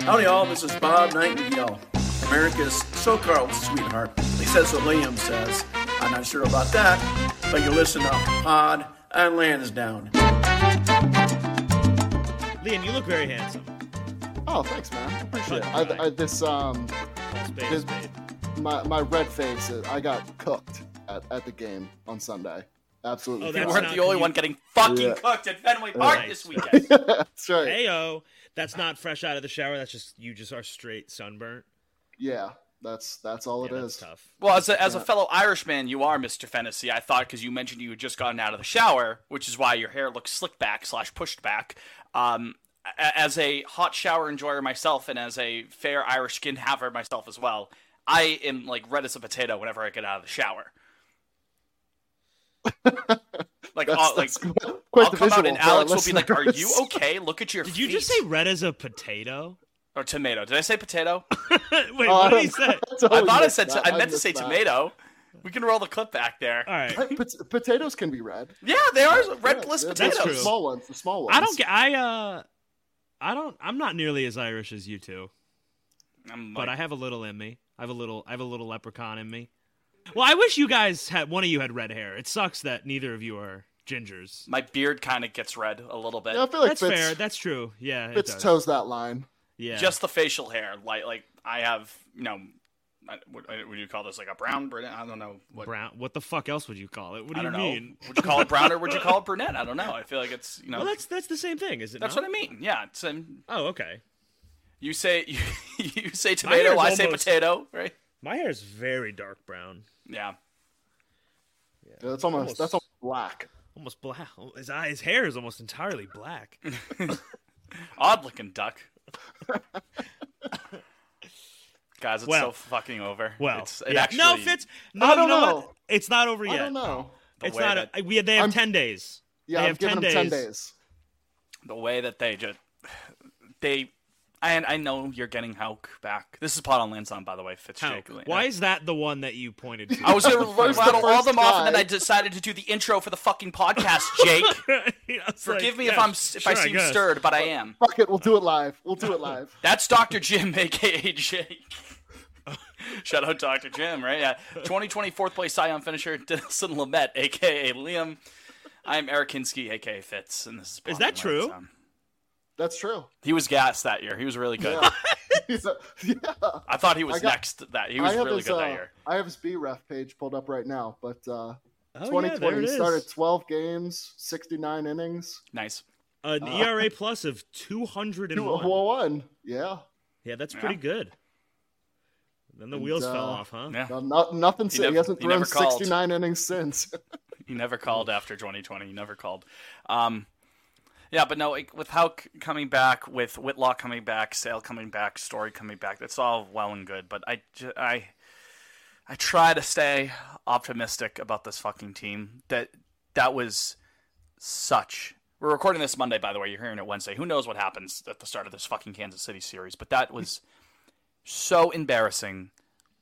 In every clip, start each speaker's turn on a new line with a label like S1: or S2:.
S1: Howdy, y'all. This is Bob Nightingale, America's so-called sweetheart. He says what Liam says. I'm not sure about that, but you listen to Pod and Lansdowne.
S2: Liam, you look very handsome.
S3: Oh, thanks, man. I appreciate it.
S2: Fucking
S3: I, I, this um,
S2: Call spade a
S3: This-
S2: spade.
S3: my my red face. uh, I got cooked at, at the game on Sunday.
S2: Oh,
S3: Absolutely.
S4: You
S2: That's
S4: weren't
S2: not
S4: the only
S2: commu-
S4: one getting fucking
S3: Yeah.
S4: cooked at Fenway Park
S2: Nice.
S4: this weekend.
S3: that's right.
S2: Heyo, that's not fresh out of the shower. That's just you just are straight sunburnt.
S3: Yeah, that's that's all
S2: yeah,
S3: it
S2: that's
S3: is.
S2: tough.
S4: Well, as a, as a fellow Irishman, you are Mr. Fantasy. I thought because you mentioned you had just gotten out of the shower, which is why your hair looks slicked back slash pushed back. Um, a- as a hot shower enjoyer myself, and as a fair Irish skin haver myself as well, I am like red as a potato whenever I get out of the shower. like,
S3: That's,
S4: I'll, Uh, like
S3: that's quite- quite
S4: I'll
S3: the
S4: come out
S3: visual
S4: and
S3: for our
S4: Alex will be like, "Are you
S3: listeners."
S4: okay? Look at your
S2: Did you just
S4: feet."
S2: say red as a potato?
S4: or tomato? Did I say potato?
S2: Wait,
S3: Oh,
S2: what did he
S3: don't-
S2: say?
S3: totally
S4: I thought I
S3: missed
S4: said
S3: Oh, that.
S4: I meant to
S3: missed
S4: say
S3: that.
S4: tomato. We can roll the clip back there.
S2: All right.
S3: Hey, pot- potatoes can be red.
S4: Yeah, they are red
S3: Yeah,
S4: bliss
S3: they're- they're
S4: potatoes.
S2: true.
S3: The small ones. The small ones.
S2: I don't get. I uh, I don't. I'm not nearly as Irish as you two,
S4: I'm
S2: but I
S4: like,
S2: have a little in me. I have a little. I have a little leprechaun in me. Well, I wish you guys had. One of you had red hair. It sucks that neither of you are gingers.
S4: my beard kind of gets red a little bit.
S3: Yeah, I feel like
S2: That's
S3: Fitz,
S2: fair. That's true. Yeah. It
S3: Fitz
S2: does.
S3: toes that line.
S2: Yeah.
S4: Just the facial hair, like like I have, you know, I- what, what do you call this? Like a brown brunette? I don't know. What,
S2: brown. What the fuck else would you call it? What do
S4: I
S2: you
S4: don't know.
S2: mean?
S4: Would you call it brown or would you call it brunette? I don't know. I feel like it's you know.
S2: Well, that's that's the same thing, is it?
S4: that's
S2: not?
S4: what I mean. Yeah, it's um,
S2: Oh, okay.
S4: you say you, you say
S2: My hair's
S4: tomato, I say
S2: almost-
S4: potato, right?
S2: My hair is very dark brown,
S4: Yeah.
S3: Yeah, that's almost,
S2: Almost.
S3: that's almost black.
S2: almost black. His eye, his hair is almost entirely black.
S4: Odd looking duck. Guys, it's
S2: Well.
S4: so fucking over.
S2: Well,
S4: it's, it
S2: yeah.
S4: actually,
S2: no, Fitz. No,
S3: I don't
S2: you know,
S3: know.
S2: What? It's not over yet.
S3: I don't know.
S4: The
S2: It's
S4: way
S2: not.
S4: that-
S2: a, we they have
S3: I'm-
S2: ten days.
S3: Yeah,
S2: They
S3: I'm
S2: have
S3: giving
S2: 10
S3: them ten
S2: days.
S3: days.
S4: the way that they just they. I I know you're getting Hauk back. This is Pot on Lansdowne, by the way,
S2: How-
S4: Fitzjake.
S2: Why is that the one that you pointed to?
S4: I was gonna
S3: first-
S4: rattle
S3: the
S4: all
S3: first
S4: them off, and then
S3: guy.
S4: I decided to do the intro for the fucking podcast, Jake. Forgive me if I'm s- if I seem stirred, but I am.
S3: Fuck it, we'll do it live. We'll do it live.
S4: That's Dr. Jim, aka Jake. Shout out Dr. Jim, right? Yeah. 2020 fourth place Scion finisher, Denison Lamette, aka Liam. I'm Eric Hinsky, aka Fitz, and this is
S2: Is that
S4: Pop
S2: true?
S4: Lansdowne.
S3: That's true.
S4: He was gassed that year. He was really good.
S3: Yeah. yeah.
S4: I thought he was
S3: I got-
S4: next that he was
S3: I have
S4: really
S3: his,
S4: good
S3: uh,
S4: that year.
S3: I have his B ref page pulled up right now, but uh,
S2: Oh,
S3: 2020
S2: yeah,
S3: he
S2: there it is.
S3: started 12 games, 69 innings,
S4: Nice.
S2: An
S4: Ah.
S2: ERA plus of two hundred and
S3: two
S2: one.
S3: one. Yeah,
S2: Yeah, that's pretty
S4: Yeah.
S2: good. Then the wheels
S3: uh,
S2: fell off, huh?
S4: Yeah.
S3: no, no, nothing. si- He,
S4: never-
S3: hasn't
S4: he never
S3: thrown
S4: called.
S3: 69 innings since.
S4: He never called after 2020. He never called. Um, yeah, but no, like, with Hauk coming back, with Whitlock coming back, Sale coming back, Story coming back, that's all well and good. But I, ju- I, I try to stay optimistic about this fucking team. That that was such. We're recording this Monday, by the way. You're hearing it Wednesday. Who knows what happens at the start of this fucking Kansas City series? But that was so embarrassing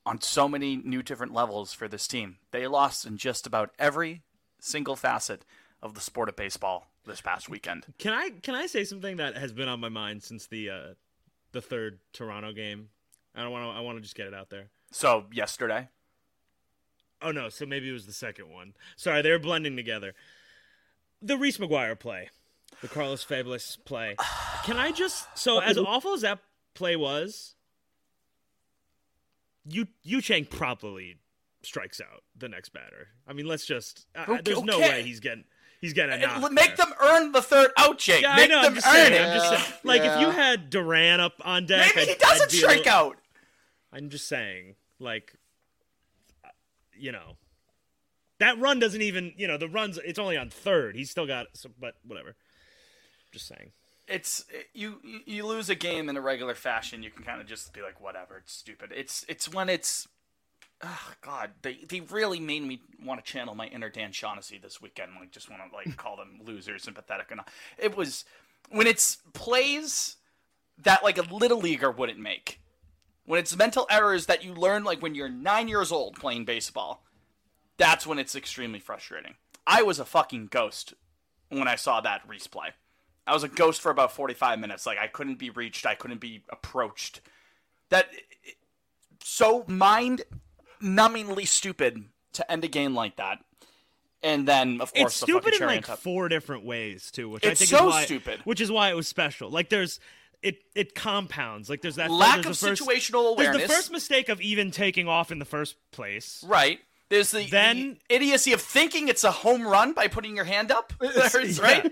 S4: on so many new different levels for this team. They lost in just about every single facet of the sport of baseball this past weekend.
S2: Can I can I say something that has been on my mind since the uh, the third Toronto game? I don't want to. I want to just get it out there.
S4: So yesterday,
S2: Oh no, so maybe it was the second one. Sorry, they were blending together. The Reese McGuire play, the Carlos Fabulous play. Can I just so as awful as that play was, you Yu Chang probably strikes out the next batter. I mean, let's just I- I-
S4: Okay,
S2: there's no
S4: okay.
S2: way he's getting he's getting a
S4: And
S2: knock
S4: l- make
S2: there.
S4: them earn the third out, Jake.
S2: Yeah, I
S4: make
S2: know.
S4: them
S2: I'm just
S4: earn
S2: saying.
S4: it.
S2: I'm just saying. Like if you
S3: yeah.
S2: had Duran up on deck,
S4: Maybe he
S2: I'd- I'd
S4: doesn't
S2: be a
S4: strike
S2: little-
S4: out.
S2: I'm just saying, like, you know, that run doesn't even, you know, the runs. It's only on third. He's still got, so, but whatever. Just saying.
S4: It's you. You lose a game in a regular fashion. You can kind of just be like, whatever. It's stupid. It's it's when it's. Oh God, they they really made me want to channel my inner Dan Shaughnessy this weekend. Like, just want to like call them losers and pathetic. And all. it was when it's plays that like a little leaguer wouldn't make. When it's mental errors that you learn like when you're nine years old playing baseball, that's when it's extremely frustrating. I was a fucking ghost when I saw that Reese play. I was a ghost for about 45 minutes. Like I couldn't be reached. I couldn't be approached. That so mind numbingly stupid to end a game like that. And then of course
S2: it's
S4: the fucking
S2: stupid in
S4: cherry on
S2: like
S4: top.
S2: four different ways too, which I
S4: It's
S2: think
S4: so
S2: is why,
S4: stupid.
S2: Which is why it was special. Like there's. It, it compounds like there's that
S4: Lack
S2: there's the
S4: of
S2: first,
S4: situational
S2: There's
S4: awareness.
S2: the first mistake of even taking off in the first place.
S4: Right. There's the,
S2: Then-
S4: the idiocy of thinking it's a home run by putting your hand up. There's- Right?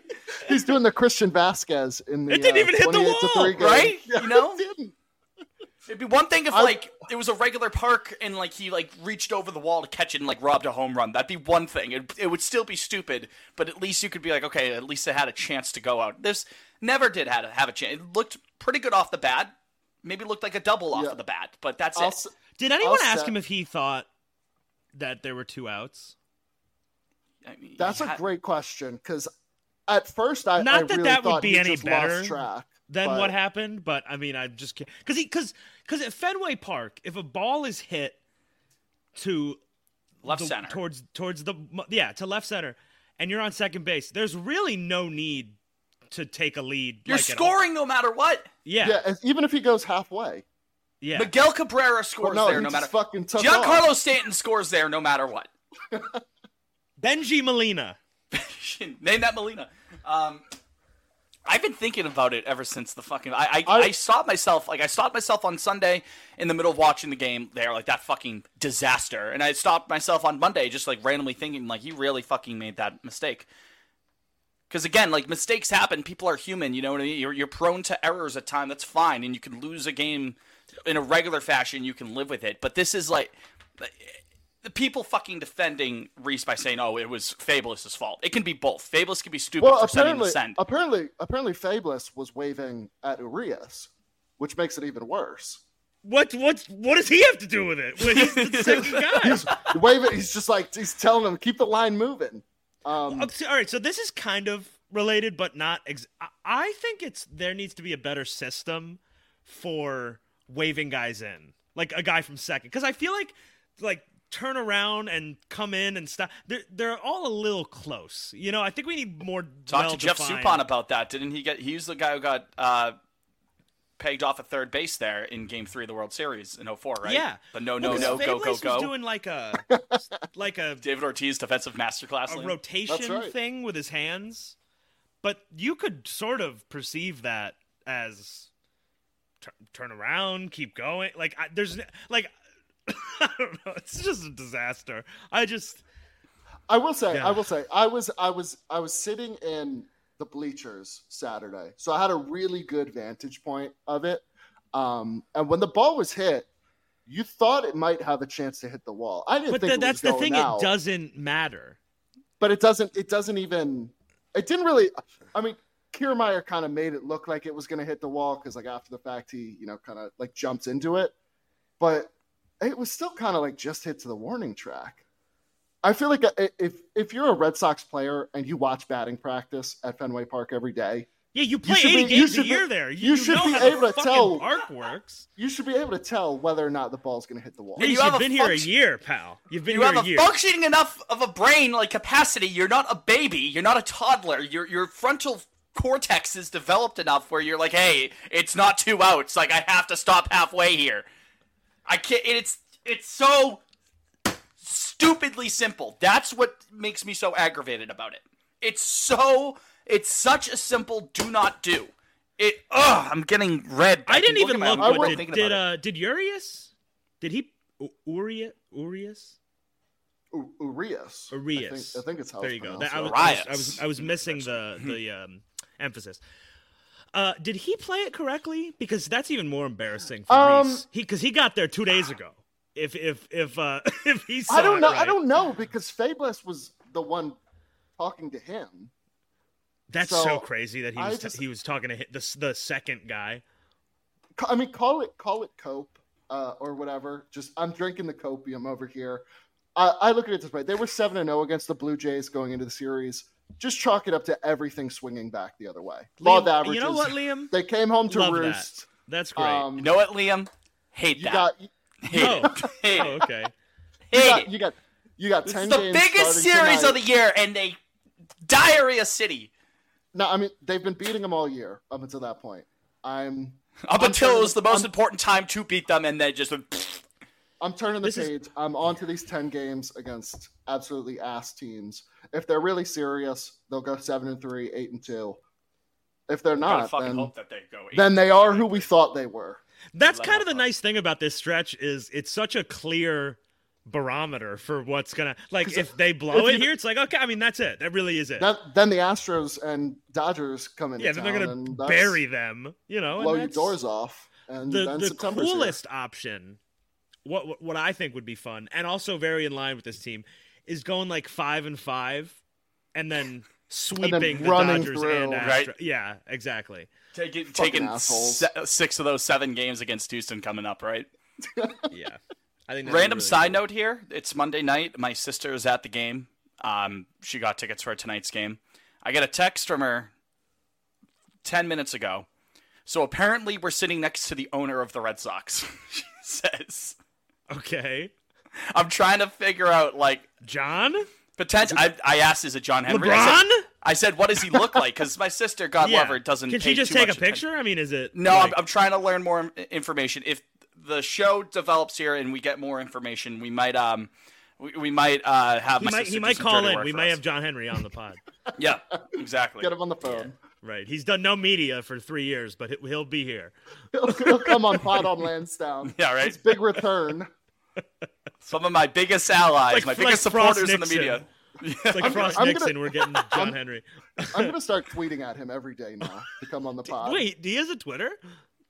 S3: He's doing the Christian Vasquez in the
S2: It didn't
S3: uh,
S2: even hit the
S3: 28 to
S2: wall,
S3: 3 game.
S4: Right? You know?
S3: Didn't.
S4: It'd be one thing if
S3: I-
S4: like it was a regular park and like he like reached over the wall to catch it and like robbed a home run. That'd be one thing. It, it would still be stupid, but at least you could be like, okay, at least it had a chance to go out. This never did had have a chance. It looked pretty good off the bat. Maybe looked like a double off
S3: Yeah.
S4: of the bat, but that's
S3: I'll
S4: it.
S3: s-
S2: Did anyone
S3: I'll
S2: ask
S3: say-
S2: him if he thought that there were two outs?
S4: I mean,
S3: That's
S4: yeah.
S3: a great question because at first I
S2: Not
S3: I
S2: that
S3: really
S2: that would
S3: thought
S2: be
S3: he
S2: any
S3: just
S2: better
S3: lost track.
S2: than
S3: but
S2: what happened, but I mean, I'm just because he because because at Fenway Park, if a ball is hit to
S4: left
S2: the-
S4: center.
S2: towards towards the yeah to left center, and you're on second base, there's really no need to take a lead.
S4: You're
S2: like, at all.
S4: scoring no matter what.
S2: yeah,
S3: Yeah,
S2: yeah,
S3: and even if he goes halfway,
S4: Miguel Cabrera
S3: well,
S4: scores
S3: no,
S4: there
S3: he
S4: no
S3: just
S4: matter.
S3: fucking took off.
S4: Giancarlo Stanton scores there no matter what.
S2: Benji Molina.
S4: Name that Melina. Um, I've been thinking about it ever since the fucking. I, I, I
S3: I-
S4: stopped myself. Like I stopped myself on Sunday in the middle of watching the game. There, like that fucking disaster. And I stopped myself on Monday, just like randomly thinking, like he really fucking made that mistake. Because again, like mistakes happen. People are human. You know what I mean. You're, you're prone to errors at time. That's fine, and you can lose a game in a regular fashion. You can live with it. But this is like the people fucking defending Reese by saying, "Oh, it was Fabulous's fault." It can be both. Fabulous can be stupid
S3: Well,
S4: for sending the
S3: apparently,
S4: send.
S3: apparently, apparently, Fabulous was waving at Urias, which makes it even worse.
S2: What what what does he have to do with it? Well, he's the second guy.
S3: Waving, he's just like he's telling him keep the line moving. Um,
S2: Oh, so- All right, so this is kind of related, but not. Ex- I- I think it's there needs to be a better system for waving guys in, like a guy from second, because I feel like like turn around and come in and stop. They're they're all a little close, you know. I think we need more.
S4: Talk to Jeff
S2: well-defined-
S4: Suppan about that. Didn't he get? He's the guy who got uh, pegged off at third base there in Game Three of the World Series in 04, right?
S2: Yeah,
S4: The no,
S2: Well,
S4: no,
S2: 'cause
S4: no, go,
S2: Fabulous
S4: go, go.
S2: Was doing like a like a
S4: David Ortiz defensive masterclass.
S2: a
S4: lane.
S2: rotation
S3: right.
S2: thing with his hands, but you could sort of perceive that as tur- turn around, keep going. Like I, there's n- like I don't know. It's just a disaster. I just
S3: I will say,
S2: Yeah.
S3: I will say, I was, I was, I was sitting in the bleachers Saturday, so I had a really good vantage point of it. Um, and when the ball was hit, you thought it might have a chance to hit the wall. I didn't
S2: but
S3: think
S2: the,
S3: it
S2: that's the
S3: was going
S2: thing.
S3: out,
S2: It doesn't matter.
S3: but it doesn't. It doesn't even. It didn't really. I mean, Kiermaier kind of made it look like it was going to hit the wall because, like, after the fact, he you know kind of like jumps into it, but it was still kind of like just hit to the warning track. I feel like uh, i- if if you're a Red Sox player and you watch batting practice at Fenway Park every day,
S2: Yeah, you play
S3: should be-
S2: eighty
S3: you
S2: games a
S3: should be-
S2: year there.
S3: you should
S2: know
S3: be
S2: how the
S3: able to
S2: fucking
S3: tell-
S2: Park works.
S3: you should be able to tell whether or not the ball's going to hit the wall.
S2: Yeah,
S4: you
S2: you
S4: have
S2: have
S4: a
S2: been here a
S4: function-
S2: year, pal. You've been
S4: You
S2: here
S4: have a
S2: a year.
S4: functioning enough of a brain like capacity. You're not a baby. You're not a toddler. Your your frontal cortex is developed enough where you're like, hey, it's not two outs. Like I have to stop halfway here. I can't. and It's it's so stupidly simple. That's what makes me so aggravated about it. It's so it's such a simple do not do. it. Ugh, I'm getting red.
S2: I didn't
S4: keep
S2: even
S4: looking
S2: look.
S4: at it. I'm
S2: But
S4: thinking
S2: did
S4: about
S2: did
S4: it.
S2: uh did Urias? Did he U- Urias Urias
S3: U- Urias. I think-
S2: Urias?
S3: I think, it's how
S2: there
S3: it's
S2: you go.
S3: pronounced.
S2: That- I, was, I, was,
S4: Urias.
S2: I was I was missing the the um, emphasis. Uh, did he play it correctly? Because that's even more embarrassing for
S3: Um,
S2: Reese. He because he got there two days ago. If if if uh if he saw
S3: I don't
S2: it
S3: know. I
S2: right.
S3: don't know because Fables was the one talking to him.
S2: That's so,
S3: so,
S2: crazy that he
S3: I
S2: was
S3: just-
S2: he was talking to hi- the s- the second guy.
S3: Ca- I mean, call it call it cope uh, or whatever. Just I'm drinking the copium over here. I, I look at it this way: they were seven and zero against the Blue Jays going into the series. Just chalk it up to everything swinging back the other way. Law of
S2: Liam,
S3: averages.
S2: you know what, Liam?
S3: They came home to
S2: Love that.
S3: roost.
S2: That's great.
S3: Um,
S4: You know what, Liam? Hate
S3: you
S4: that.
S3: got you
S4: Hate
S2: Oh.
S4: it. Hate
S2: oh,
S4: it.
S2: okay.
S4: Hate
S3: got
S4: it.
S3: you got you got
S4: This
S3: ten.
S4: is the
S3: games
S4: biggest
S3: starting
S4: series
S3: tonight.
S4: of the year, and they diarrhea city
S3: No, I mean they've been beating them all year up until that point. I'm
S4: up
S3: I'm
S4: until it
S3: turning-
S4: was the most
S3: I'm-
S4: important time to beat them, and they just went, "Pfft."
S3: I'm turning the
S2: This is-
S3: page. I'm on to these ten games against absolutely ass teams. If they're really serious, they'll go seven and three, eight and two. If they're
S4: gotta
S3: not,
S4: fucking
S3: Ah, then,
S4: hope that they go. eight.
S3: then they are who we thought they were.
S2: That's
S4: Love
S2: kind of the
S4: that.
S2: nice thing about this stretch is it's such a clear barometer for what's gonna like if they blow
S3: if
S2: it
S3: you-
S2: here, it's like okay. I mean that's it. That really is it.
S3: Then, then the Astros and Dodgers come in.
S2: yeah, then they're gonna
S3: and that's-
S2: bury them. You know, and
S3: blow your
S2: that's
S3: doors off. And
S2: the
S3: then
S2: the
S3: September's here.
S2: coolest option. What what- what I think would be fun and also very in line with this team is going like five and five, and then sweeping the
S3: running
S2: Dodgers and
S3: through.
S2: Astros.
S4: Right.
S2: Yeah, exactly.
S4: Taking,
S3: Fucking
S4: taking
S3: assholes.
S4: se- six of those seven games against Houston coming up, right?
S2: Yeah, I think that'd be
S4: Random
S2: really
S4: side
S2: cool.
S4: note here: It's Monday night. My sister is at the game. Um, she got tickets for tonight's game. I get a text from her ten minutes ago. So apparently, we're sitting next to the owner of the Red Sox. she says,
S2: Okay,
S4: "I'm trying to figure out like
S2: John
S4: potential." I, I asked, "Is it John Henry?" I
S2: LeBron.
S4: said, I said, "What does he look like?" Because my sister, God love her, doesn't.
S2: Can
S4: pay
S2: she just
S4: too
S2: take a
S4: much attention.
S2: picture? I mean, is it
S4: No,
S2: like-
S4: I'm, I'm trying to learn more in- information. If the show develops here and we get more information, we might um, we, we might uh have
S2: he
S4: my
S2: might
S4: sister
S2: he
S4: do
S2: might
S4: some
S2: call
S4: dirty
S2: in.
S4: work
S2: We
S4: for
S2: might
S4: us.
S2: have John Henry on the pod.
S4: yeah, exactly.
S3: Get him on the phone.
S2: right, he's done no media for three years, but he- he'll be here.
S3: He'll, he'll come on pot on Lansdowne.
S4: Yeah, right.
S3: His big return.
S4: Some of my biggest allies,
S2: Like-
S4: my
S2: like
S4: biggest
S2: Frost
S4: supporters in the
S2: Nixon.
S4: media.
S2: It's like
S3: I'm gonna-
S2: Frost
S3: I'm gonna-
S2: Nixon. We're getting John Henry.
S3: I'm gonna start tweeting at him every day now to come on the pod.
S2: Wait, he has a Twitter.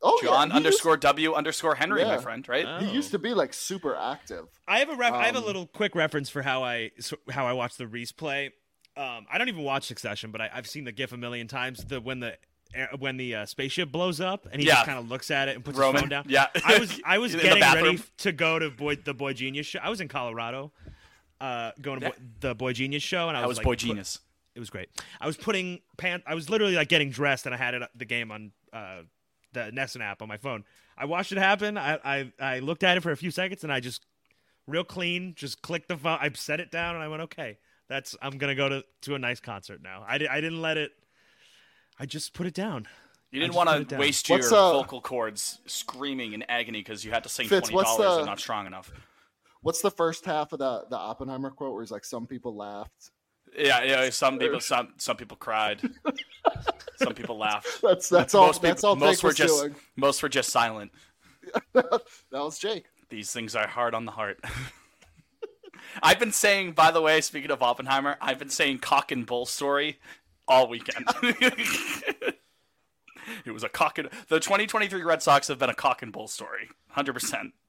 S3: oh, yeah,
S4: John
S3: he used-
S4: underscore W underscore Henry, my
S3: Yeah.
S4: friend. Right?
S2: Oh.
S3: He used to be like super active.
S2: I have a ref- I have a
S3: Um,
S2: little quick reference for how I so- how I watch the Reese play. Um, I don't even watch Succession, but I, I've seen the GIF a million times. The when the air- when the uh, spaceship blows up and he
S4: Yeah.
S2: just kind of looks at it and puts
S4: Roman,
S2: his phone down.
S4: yeah.
S2: I was I was
S4: In the
S2: getting
S4: bathroom.
S2: ready f- to go to boy the Boy Genius show. I was in Colorado, uh, going to Boy- the Boy Genius show, and I
S4: that
S2: was,
S4: was
S2: like,
S4: boy
S2: put-
S4: genius.
S2: it was great. I was putting pant. I was literally like getting dressed, and I had it the game on uh, the Nessun app on my phone. I watched it happen. I, I I looked at it for a few seconds, and I just real clean, just clicked the phone. I set it down, and I went, okay, that's I'm gonna go to to a nice concert now. I di- I didn't let it. I just put it down. I
S4: You didn't
S2: just put
S4: want
S2: it
S4: to
S2: down.
S4: waste your
S3: What's, uh,
S4: vocal cords screaming in agony because you had to sing
S3: Fitz,
S4: twenty
S3: what's uh,
S4: dollars and
S3: the-
S4: not strong enough.
S3: What's the first half of the the Oppenheimer quote where he's like, "Some people laughed."
S4: Yeah, yeah. Some people, some some people cried. some people laughed.
S3: That's that's all.
S4: Most people-
S3: that's all.
S4: most
S3: Jake
S4: were
S3: was
S4: just
S3: doing.
S4: most were just silent.
S3: that was Jake.
S4: These things are hard on the heart. I've been saying, by the way, speaking of Oppenheimer, I've been saying cock and bull story all weekend. it was a cock and the 2023 Red Sox have been a cock and bull story, 100. percent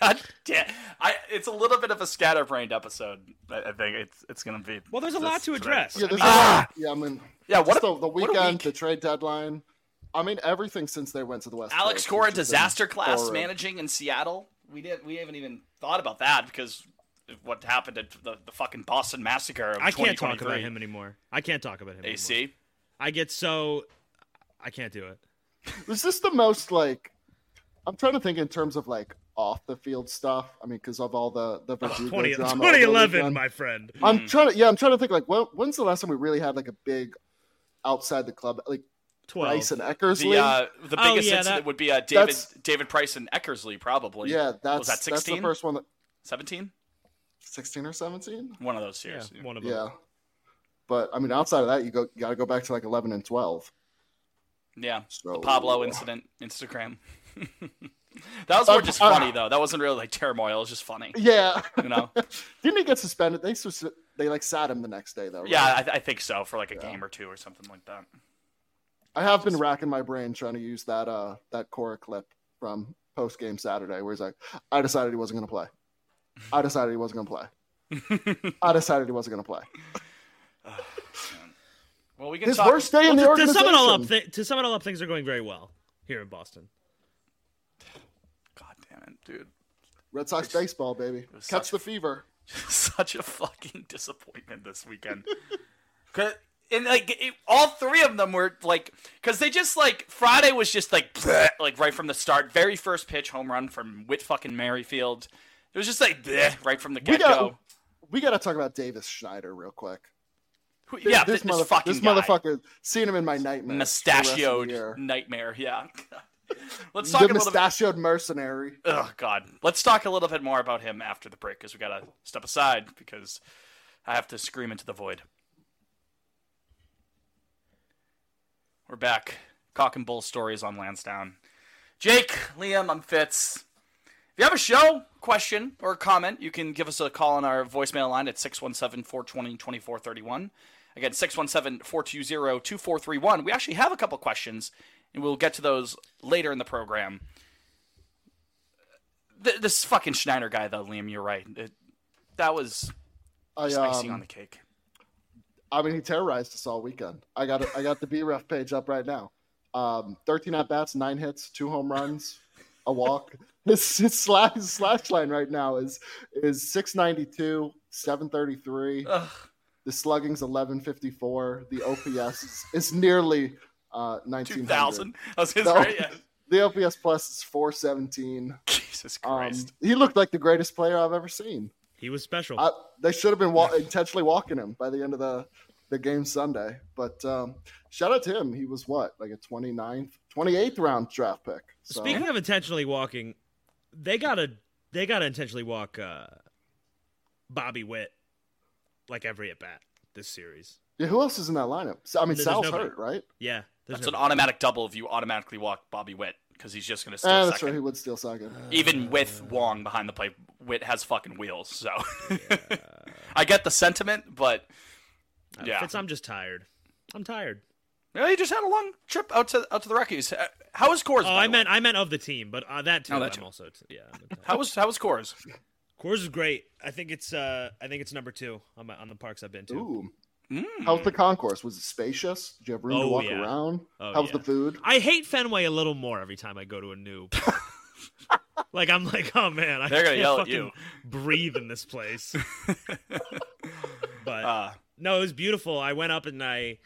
S4: God damn! I, it's a little bit of a scatterbrained episode. I, I think it's it's gonna be.
S2: Well, there's a lot
S4: that's-
S2: to
S4: that's right.
S2: address.
S3: Yeah, there's
S4: Ah!
S3: a lot. Yeah, I mean,
S4: Yeah, what
S3: just
S4: a,
S3: the, the
S4: what a
S3: weekend,
S4: week.
S3: the trade deadline. I mean, everything since they went to the West.
S4: Alex
S3: Coast,
S4: Cora
S3: which has been
S4: disaster class
S3: horrid.
S4: managing in Seattle. We didn't. We haven't even thought about that because of what happened at the, the fucking Boston massacre. Of
S2: I can't talk
S4: 2023.
S2: about him anymore. I can't talk about him. Anymore.
S4: AC.
S2: I get so I can't do it.
S3: Was this the most like? I'm trying to think in terms of like off the field stuff. I mean, because of all the the Verdugo
S2: 20,
S3: drama over the
S2: 2011,
S3: weekend.
S2: my friend.
S4: Hmm.
S3: I'm trying to. Yeah, I'm trying to think like when, when's the last time we really had like a big outside the club like
S2: 12.
S3: Price and Eckersley.
S4: The uh, the biggest
S2: Oh, yeah,
S4: incident
S2: that-
S4: would be uh, David
S3: that's-
S4: David Price and Eckersley probably.
S3: yeah, that's
S4: was that
S3: that's the
S4: 16?
S3: first one. That,
S4: 17?
S3: 16 or 17.
S4: One of those
S2: yeah,
S4: years.
S2: one of them.
S3: Yeah, But I mean, outside of that, you go you got to go back to like eleven and twelve.
S4: Yeah,
S3: So-
S4: the
S3: Oh.
S4: Pablo incident Instagram. that was more just
S3: Uh,
S4: funny though. That wasn't really like turmoil. It was just funny.
S3: Yeah,
S4: You know?
S3: didn't he get suspended? They sus- they like sat him the next day though. right?
S4: yeah, I, I think so for like a game or two or something like that.
S3: I have been racking my brain trying to use that uh that Cora clip from post game Saturday where he's like, I decided he wasn't gonna play. I decided he wasn't gonna play. I decided he wasn't gonna play.
S4: Well, we can
S3: His
S4: talk.
S3: worst day in the
S2: Well, to, to
S3: organization.
S2: sum it all up, th- to sum it all up, things are going very well here in Boston.
S4: God damn it, dude!
S3: Red Sox baseball, baby. Catch
S4: such-
S3: the fever.
S4: Such a fucking disappointment this weekend. 'Cause- and like it, all three of them were like, because they just like Friday was just like bleh, like right from the start, very first pitch home run from Whit fucking Merrifield. It was just like bleh, right from the
S3: We
S4: get
S3: got
S4: go.
S3: to we gotta talk about Davis Schneider real quick.
S4: Yeah, this,
S3: motherf-
S4: fucking
S3: this
S4: guy.
S3: motherfucker seen him in my nightmares. for the rest of the year.
S4: mustachioed nightmare. Yeah. Let's talk
S3: The
S4: a little bit.
S3: mustachioed mercenary.
S4: Oh God. Let's talk a little bit more about him after the break because we gotta step aside because I have to scream into the void. We're back. Cock and bull stories on Lansdowne. Jake, Liam, I'm Fitz. If you have a show, question, or comment, you can give us a call on our voicemail line at 617 420 2431. Again, 617 420 2431. We actually have a couple questions, and we'll get to those later in the program. Th- this fucking Schneider guy, though, Liam, you're right. It, that was
S3: I,
S4: just icing
S3: um,
S4: on the cake.
S3: I mean, he terrorized us all weekend. I got I got the B ref page up right now. Um, Thirteen at bats, nine hits, two home runs, a walk. His, his slash his slash line right now is is six ninety two, seven thirty three.
S4: Ugh.
S3: The slugging's eleven fifty four. The OPS is, is nearly uh, nineteen
S4: 2000.
S3: thousand.
S4: I was gonna
S3: No.
S4: say, yeah.
S3: The OPS plus is four seventeen.
S4: Jesus
S3: Um,
S4: Christ.
S3: he looked like the greatest player I've ever seen.
S2: He was special.
S3: I, they should have been wa- intentionally walking him by the end of the, the game Sunday. But um, shout out to him. He was what, like a 29th, 28th round draft pick. So,
S2: Speaking of intentionally walking, they gotta they gotta intentionally walk uh, Bobby Witt like every at bat this series.
S3: yeah, who else is in that lineup? So, I mean,
S2: There's
S3: Sal's
S2: nobody.
S3: hurt, right?
S2: Yeah, there's
S4: that's
S2: no-
S4: an automatic double if you automatically walk Bobby Witt because he's just going to steal
S3: Eh, that's right.
S4: second.
S3: He would steal second.
S2: Uh,
S4: Even with Wong behind the plate, Witt has fucking wheels. So I get the sentiment, but
S2: Uh,
S4: yeah.
S2: Fitz, I'm just tired. I'm tired.
S4: Yeah, he just had a long trip out to out to the Rockies. Uh, How was Coors?
S2: Oh, I meant I meant of the team, but uh, that too.
S4: Oh, that
S2: I'm
S4: too.
S2: also t- yeah. I'm tired.
S4: how was how was Coors?
S2: Coors is great. I think it's uh I think it's number two on my, on the parks I've been to.
S3: Oooo.
S4: Mm.
S3: How's the concourse? Was it spacious? Did you have room to
S2: Hmm. Oh,
S3: walk
S2: yeah.
S3: around?
S2: Oh,
S3: How was
S2: yeah.
S3: the food?
S2: I hate Fenway a little more every time I go to a new. like I'm like, oh man, I
S4: They're gonna
S2: can't
S4: yell at
S2: fucking
S4: you.
S2: Breathe in this place. but
S4: Uh,
S2: no, it was beautiful. I went up and I,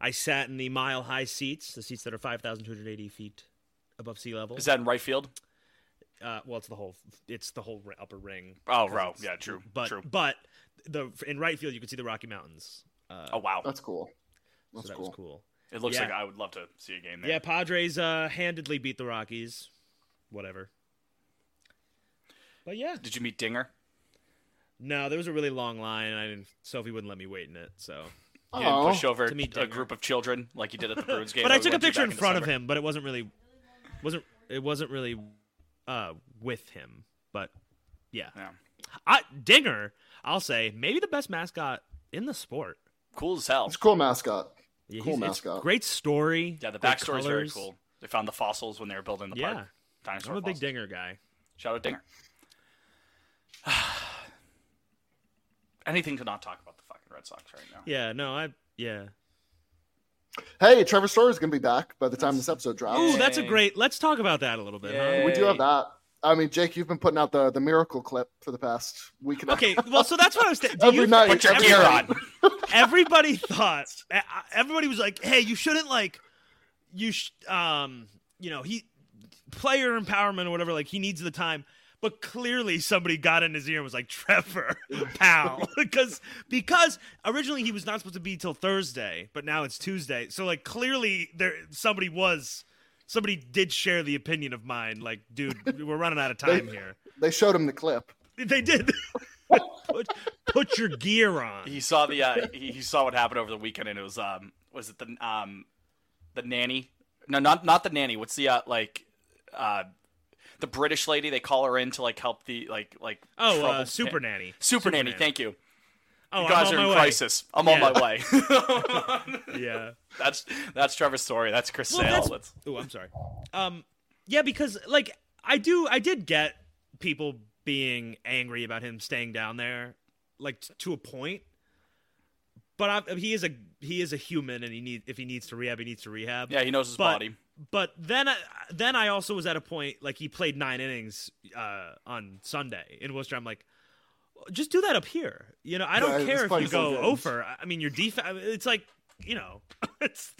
S2: I sat in the mile high seats, the seats that are five thousand two hundred eighty feet above sea level.
S4: is that in right field?
S2: uh, well, it's the whole, it's the whole ri- upper ring.
S4: Oh, row. Yeah, true.
S2: But
S4: true.
S2: but the in right field you could see the Rocky Mountains. Uh,
S4: Oh wow,
S3: That's cool.
S2: so
S3: That's
S2: that
S3: cool.
S2: was cool.
S4: it looks
S2: yeah.
S4: like I would love to see a game there.
S2: Yeah, Padres uh, handedly beat the Rockies. Whatever. But yeah,
S4: Did you meet Dinger?
S2: no, there was a really long line, and I didn't. Sophie wouldn't let me wait in it, so.
S4: You didn't
S3: Oh.
S4: push over
S2: To meet
S4: a
S2: Dinger.
S4: group of children like you did at the Bruins game.
S2: But I
S4: that we
S2: took a
S4: went to
S2: picture
S4: back
S2: in front of
S4: December?
S2: him, but it wasn't really, wasn't it wasn't really, uh, with him. But yeah,
S4: Yeah.
S2: I, Dinger, I'll say maybe the best mascot in the sport.
S4: Cool as hell.
S3: It's a cool mascot.
S2: Yeah,
S3: Cool
S2: he's- it's
S3: mascot.
S2: Great story.
S4: Yeah, the
S2: great
S4: backstory is very
S2: colors.
S4: cool. They found the fossils when they were building the
S2: Yeah,
S4: park. Dinosaur
S2: I'm a big
S4: fossils.
S2: Dinger guy.
S4: Shout out Dinger. Anything to not talk about the fucking Red Sox right now.
S2: Yeah, no, I yeah.
S3: Hey, Trevor Story is going to be back by the time this episode drops.
S2: Ooh, that's a
S4: Yay.
S2: great. Let's talk about that a little bit. Huh?
S3: we do have that. I mean, Jake, you've been putting out the, the miracle clip for the past week. and a
S2: Okay,
S3: half.
S2: well, so that's what I was saying.
S3: Every night.
S4: Put your
S3: Everybody-
S4: gear on.
S2: Everybody thought, e- everybody was like, "Hey, you shouldn't like, you, sh- um, you know, he player empowerment or whatever. Like, he needs the time." But clearly, somebody got in his ear and was like, "Trevor, pal," because because originally he was not supposed to be till Thursday, but now it's Tuesday. So like, clearly there somebody was. Somebody did share the opinion of mine, like, dude, we're running out of time here.
S3: They showed him the clip.
S2: They did. put put your gear on.
S4: He saw the uh, he, he saw what happened over the weekend, and it was um was it the um the nanny? No, not not the nanny. What's the uh, like uh the British lady? They call her in to like help the like like
S2: Oh,
S4: troubled
S2: uh,
S4: pa-
S2: super nanny.
S4: super, nanny. Thank you.
S2: Oh,
S4: you
S2: I'm
S4: guys
S2: on
S4: are
S2: my
S4: in
S2: way.
S4: crisis. I'm
S2: Yeah.
S4: on my way.
S2: Yeah.
S4: that's that's Trevor's story. That's Chris
S2: Well,
S4: Sale.
S2: that's-
S4: That's-
S2: Oh, I'm sorry. Um, yeah, because like I do, I did get people being angry about him staying down there, like t- to a point. But I, he is a he is a human, and he need if he needs to rehab, he needs to rehab.
S4: yeah, he knows his
S2: but,
S4: body.
S2: But then, I, then I also was at a point like he played nine innings uh, on Sunday in Worcester. I'm like, just do that up here. You know, I don't
S3: Yeah, it's
S2: care if
S3: fun
S2: you go
S3: sometimes.
S2: over. I mean, your defense. It's like you know, it's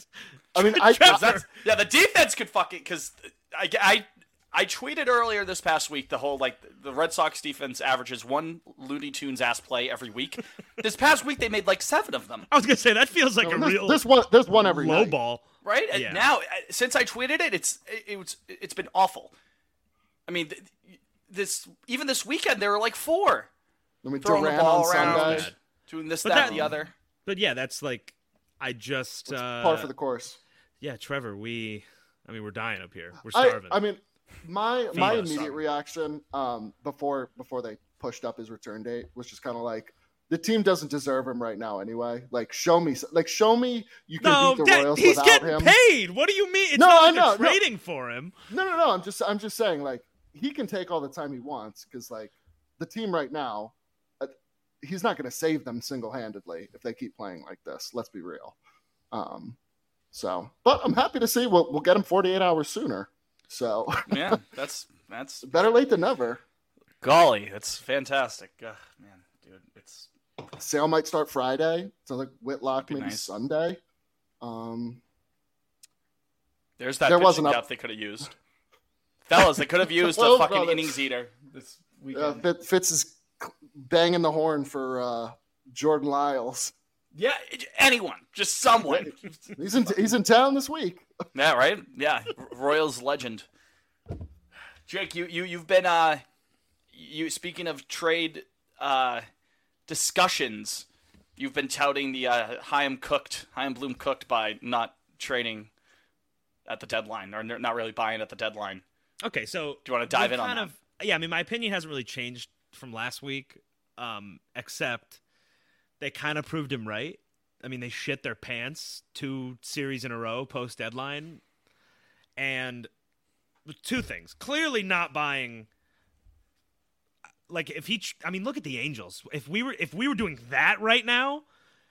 S3: I mean, I,
S2: Trevor.
S4: That's, yeah, the defense could fuck it because I, I I tweeted earlier this past week the whole like the Red Sox defense averages one Looney Tunes ass play every week. this past week they made like seven of them,
S2: I was gonna say that feels like a
S3: there's,
S2: real
S3: there's one. There's one every
S2: low
S3: night.
S2: ball.
S4: right? And
S2: Yeah.
S4: now I- since I tweeted it, it's it, it's it's been awful. I mean, th- this even this weekend there were like four
S3: I mean,
S4: throwing
S3: Duran
S4: the ball
S3: on
S4: around,
S3: Sunday.
S4: doing this,
S2: But
S4: that,
S2: that-
S4: and the other.
S2: But yeah, that's like I just uh,
S3: Par for the course.
S2: yeah, Trevor. We, I mean, we're dying up here. We're
S3: I,
S2: starving.
S3: I mean, my my
S2: us,
S3: immediate
S2: starving.
S3: reaction um, before before they pushed up his return date was just kind of like the team doesn't deserve him right now anyway. Like show me, like show me you can
S2: no,
S3: beat the
S2: that-
S3: Royals
S2: he's
S3: without
S2: getting
S3: him.
S2: paid. What do you mean? It's
S3: No,
S2: not
S3: I
S2: like they're
S3: know, no.
S2: trading for him.
S3: No, no, no. I'm just I'm just saying like he can take all the time he wants because like the team right now, uh, he's not going to save them single handedly if they keep playing like this. Let's be real. Um, so, but I'm happy to see we'll we'll get him 48 hours sooner. So
S4: yeah, that's that's
S3: better late than never.
S4: golly, that's fantastic. Ugh, man, dude, it's
S3: Sale might start Friday. So like Whitlock
S4: Be
S3: maybe
S4: nice.
S3: Sunday. Um,
S4: There's that
S3: There
S4: pitching
S3: wasn't a-
S4: depth they could have used. Fellas, they could have used a
S3: Well,
S4: fucking
S3: brothers.
S4: innings eater this weekend.
S3: uh, Fit- Fitz is banging the horn for uh, Jordan Lyles.
S4: yeah, it- anyone, just someone.
S3: He's in he's in town this week.
S4: yeah, right. Yeah, R- Royals legend. Jake, you you you've been uh, you speaking of trade uh discussions, you've been touting the uh, Chaim cooked, Chaim Bloom cooked by not trading at the deadline or not really buying at the deadline.
S2: Okay, so
S4: Do you wanna dive
S2: we
S4: in on
S2: kind
S4: that?
S2: of? Yeah, I mean, my opinion hasn't really changed from last week, um, except they kind of proved him right. I mean, they shit their pants two series in a row post deadline, and two things clearly not buying. Like if he, tr- I mean, look at the Angels. If we were if we were doing that right now,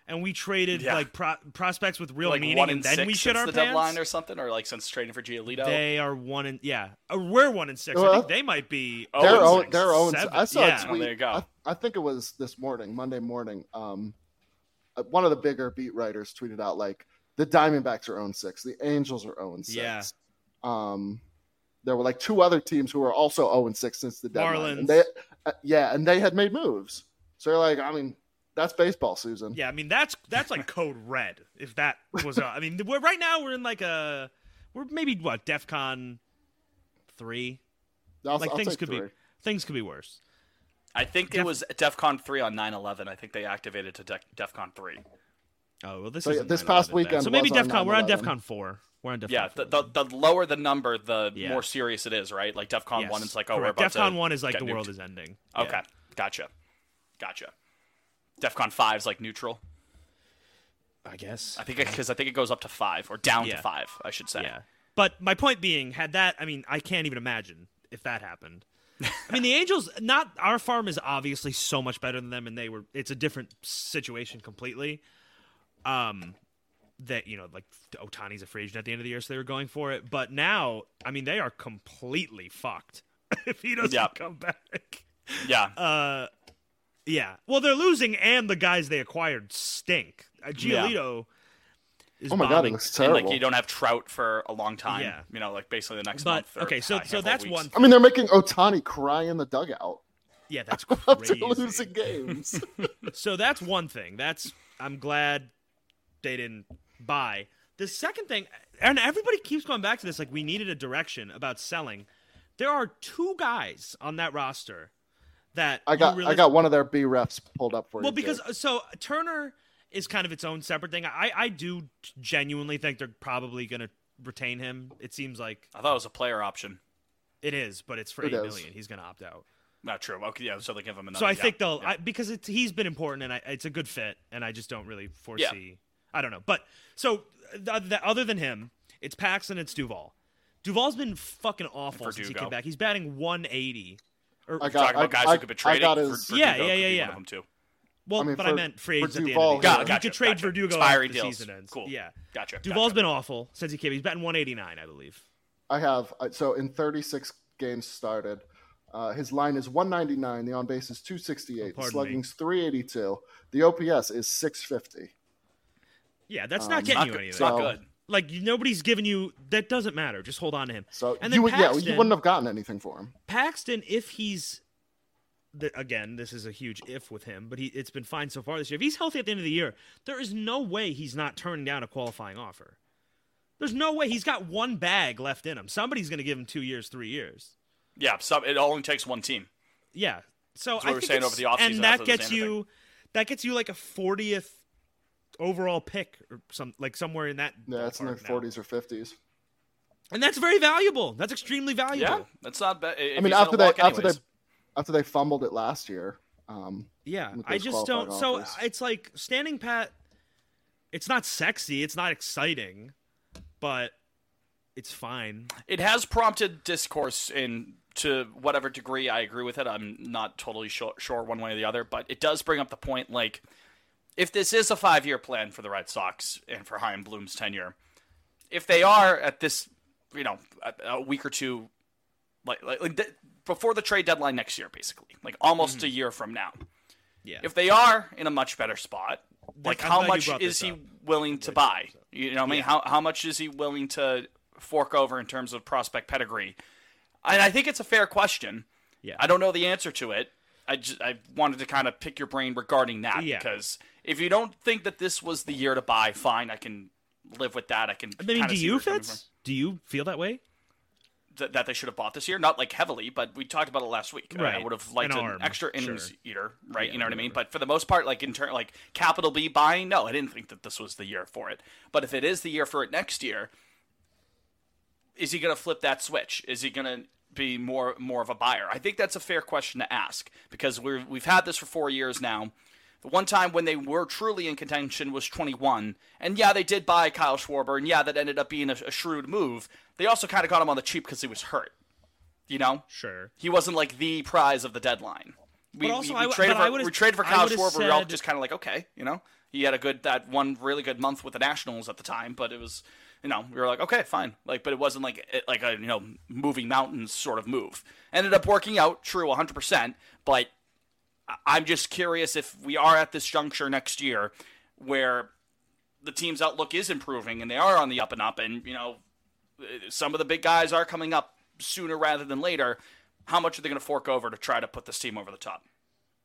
S2: and we traded
S4: Yeah.
S2: like pro- prospects with real
S4: like
S2: meaning,
S4: one in
S2: and then
S4: six
S2: we shit
S4: since
S2: our
S4: the
S2: pants,
S4: deadline or something, or like since trading for Giolito.
S2: they are one in yeah. Uh, we're one in six. I
S3: Well,
S2: think they might be
S4: Oh,
S3: their
S4: it's
S3: own,
S4: like
S3: their own.
S2: seven.
S3: I saw
S2: Yeah.
S3: a
S4: Well,
S3: tweet.
S4: there you go.
S3: I, I think it was this morning, Monday morning. Um, uh, one of the bigger beat writers tweeted out like the Diamondbacks are own six, the Angels are own six.
S2: Yeah.
S3: Um, there were like two other teams who were also zero and six since the deadline.
S2: Marlins.
S3: And they, uh, yeah, and they had made moves. So you're like, I mean, that's baseball, Susan.
S2: Yeah, I mean that's that's like code red. If that was, uh, I mean, we're right now we're in like a we're maybe what DefCon three.
S3: I'll,
S2: Like
S3: I'll
S2: things
S3: take
S2: could
S3: three.
S2: be things could be worse.
S4: I think it
S2: Def-
S4: was DEFCON 3 on 9/11. I think they activated to De- DEFCON 3.
S2: Oh well, this
S3: So,
S2: is
S3: yeah, this past weekend
S2: So maybe
S3: was on
S2: DefCon. We're on
S3: 9/11.
S2: DefCon four. We're on DefCon.
S4: Yeah, the,
S2: four.
S4: the the lower the number, the
S2: Yeah.
S4: more serious it is, right? Like DEFCON
S2: Yes,
S4: 1 it's like oh
S2: correct.
S4: we're about
S2: DefCon
S4: to
S2: one is like
S4: get
S2: the
S4: nuked.
S2: world is ending. Yeah.
S4: Okay. Gotcha. Gotcha. DEFCON 5 is like neutral.
S2: I guess.
S4: I think cuz I think it goes up to 5 or down
S2: Yeah.
S4: to 5, I should say.
S2: Yeah. But my point being, had that, I mean, I can't even imagine if that happened. I mean, the Angels, not our farm is obviously so much better than them, and they were. It's a different situation completely. Um, that you know, like Otani's a free agent at the end of the year, so they were going for it. But now, I mean, they are completely fucked if he doesn't
S4: Yeah.
S2: come back.
S4: Yeah.
S2: Uh, yeah. Well, they're losing, and the guys they acquired stink. Uh, Giolito is
S3: Oh my god, it
S2: bombing
S3: looks
S4: and
S3: terrible.
S4: like you don't have Trout for a long time,
S2: Yeah.
S4: you know, like basically the next
S2: But
S4: month. or
S2: okay, so
S4: a handful
S2: so
S4: of
S2: that's
S4: weeks.
S2: one.
S3: I mean, they're making Otani cry in the dugout
S2: Yeah, that's
S3: after
S2: crazy.
S3: losing games.
S2: So that's one thing. That's I'm glad they didn't buy. The second thing, and everybody keeps going back to this, like we needed a direction about selling. There are two guys on that roster that
S3: I got
S2: you really
S3: I got one of their B refs pulled up for
S2: well
S3: you. too.
S2: because uh, so Turner is kind of its own separate thing. I I do genuinely think they're probably going to retain him. It seems like
S4: I thought it was a player option.
S2: it is, but it's for
S3: It
S2: eight million.
S3: is.
S2: He's going to opt out.
S4: Not true. Okay, yeah. So they give him another.
S2: so I
S4: yeah,
S2: think they'll
S4: yeah.
S2: I, because it's he's been important and I, it's a good fit, and I just don't really foresee. I don't know, but so th- th- other than him, it's Paxton, it's Duval. Duval's been fucking awful since he
S4: Verdugo.
S2: came back. He's batting 180. Or,
S3: I got-
S4: Talking about guys
S3: I-
S4: who could be
S3: I
S4: traded.
S3: got his-
S4: Ver-
S2: Yeah,
S4: Verdugo
S2: yeah,
S4: could
S2: yeah,
S4: be
S2: yeah.
S4: One of them too.
S2: well,
S3: I mean,
S2: but I
S3: for-
S2: meant free
S3: for
S2: agents at the
S3: Duval,
S2: end of the
S3: yeah.
S2: year.
S3: Got-
S2: you
S4: gotcha,
S2: could trade
S4: gotcha.
S2: Verdugo
S4: Expiry
S2: after the
S4: deals.
S2: season ends.
S4: Cool.
S2: Yeah,
S4: Gotcha.
S2: Duval's
S4: gotcha.
S2: been awful since he came. He's batting 189, I believe.
S3: I have uh, so in 36 games started, uh, his line is 199. The on base is 268.
S2: Oh, pardon
S3: the
S2: me.
S3: slugging's 382. The OPS is 650.
S2: Yeah, that's not getting
S4: Not
S2: you
S4: good.
S2: anything.
S4: It's not
S3: Um, So-
S4: good.
S2: Like you- nobody's giving you. That doesn't matter. Just hold on to him.
S3: So
S2: and then
S3: you would, yeah,
S2: Paxton,
S3: you wouldn't have gotten anything for him.
S2: Paxton, if he's the, again, this is a huge if with him, but he it's been fine so far this year. If he's healthy at the end of the year, there is no way he's not turning down a qualifying offer. There's no way he's got one bag left in him. Somebody's going to give him two years, three years.
S4: Yeah. So it only takes one team.
S2: Yeah. So
S4: That's what
S2: I
S4: we were
S2: think
S4: saying
S2: it's-
S4: over the offseason
S2: and that
S4: after the
S2: gets
S4: Xander
S2: you, that gets you like a 40th overall pick or some like somewhere in that.
S3: Yeah, that's in
S2: ballpark
S3: their
S2: now.
S3: 40s or 50s.
S2: and that's very valuable. That's extremely valuable.
S4: Yeah. That's not bad.
S3: I mean, after they after they after they fumbled it last year, um,
S2: Yeah,
S3: with
S2: I
S3: those
S2: just don't.
S3: qualifying
S2: So
S3: offers.
S2: it's like standing pat. It's not sexy. It's not exciting, but it's fine.
S4: it has prompted discourse in to whatever degree I agree with it. I'm not totally sure, sure one way or the other, but it does bring up the point like if this is a five year plan for the Red Sox and for Chaim Bloom's tenure, if they are at this, you know, a, a week or two, like like, like th- before the trade deadline next year, basically, like almost
S2: Mm-hmm.
S4: a year from now,
S2: Yeah.
S4: if they are in a much better spot, like
S2: I'm
S4: how
S2: glad you
S4: much
S2: brought
S4: is
S2: this
S4: he
S2: up.
S4: willing to buy? You know what I mean? How how much is he willing to fork over in terms of prospect pedigree? And I think it's a fair question.
S2: Yeah.
S4: I don't know the answer to it. I just I wanted to kind of pick your brain regarding that
S2: Yeah.
S4: because if you don't think that this was the year to buy, fine, I can live with that. I can.
S2: I mean,
S4: kinda
S2: do
S4: see where
S2: you,
S4: you're coming
S2: Fitz? Do you feel that way?
S4: from. Th- that they should have bought this year, not like heavily, but we talked about it last week. I- I
S2: Right.
S4: would have liked
S2: An
S4: an,
S2: arm,
S4: extra innings
S2: sure.
S4: eater, right? you know what I mean. But for the most part, like in turn, like capital B buying, no, I didn't think that this was the year for it. But if it is the year for it next year, is he going to flip that switch? Is he going to be more more of a buyer? I think that's a fair question to ask because we're we've had this for four years now. The one time when they were truly in contention was 21, and yeah, they did buy Kyle Schwarber, and yeah, that ended up being a, a shrewd move. They also kind of got him on the cheap because he was hurt. You know,
S2: Sure.
S4: he wasn't like the prize of the deadline. We,
S2: But also,
S4: we, we
S2: I-
S4: traded
S2: but I
S4: for,
S2: would've-
S4: we traded for
S2: I
S4: Kyle
S2: would've
S4: Schwarber. we were all
S2: said-
S4: just kind of like, okay, you know, he had a good that one really good month with the Nationals at the time, but it was, you know, we were like, okay, fine, like, but it wasn't like it- like a you know moving mountains sort of move. Ended up working out, true, 100, percent but I- I'm just curious if we are at this juncture next year where the team's outlook is improving and they are on the up and up, and you know some of the big guys are coming up sooner rather than later. How much are they going to fork over to try to put this team over the top?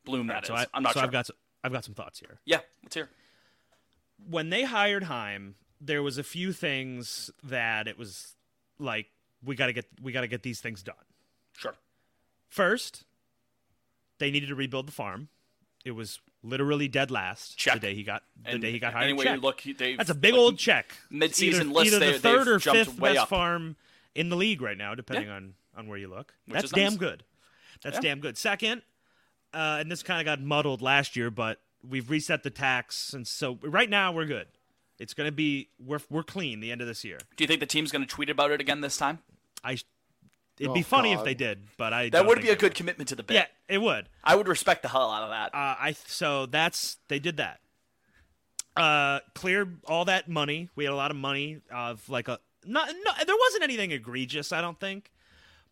S4: Bloom, that is.
S2: so
S4: I, am not
S2: so
S4: sure.
S2: I've got s- I've got some thoughts here.
S4: yeah, let's hear.
S2: when they hired Heim, there was a few things that it was like we got to get we got to get these things done.
S4: Sure.
S2: First, they needed to rebuild the farm. It was literally dead last
S4: Check.
S2: the day he got the
S4: And
S2: day he got hired.
S4: Anyway,
S2: check.
S4: you look, they
S2: That's a big old check.
S4: mid-season
S2: either,
S4: list,
S2: Either
S4: they-
S2: the third
S4: they've
S2: or
S4: jumped
S2: fifth
S4: way
S2: best
S4: up.
S2: farm in the league right now, depending on on where you look.
S4: Which
S2: That's
S4: is nice.
S2: damn good. That's
S4: Yeah.
S2: damn good. Second, uh, and this kind of got muddled last year, but we've reset the tax, and so right now we're good. It's going to be we're we're clean the end of this year.
S4: Do you think the team's going to tweet about it again this time?
S2: I it'd
S3: Oh,
S2: be funny if
S3: God.
S2: they did, but I
S4: That
S2: don't
S4: would
S2: think
S4: be a
S2: they
S4: good
S2: will.
S4: commitment to the bit.
S2: Yeah, it would.
S4: I would respect the hell out of that.
S2: Uh, I so that's they did that. Uh, clear all that money. We had a lot of money of like a not no. There wasn't anything egregious, I don't think,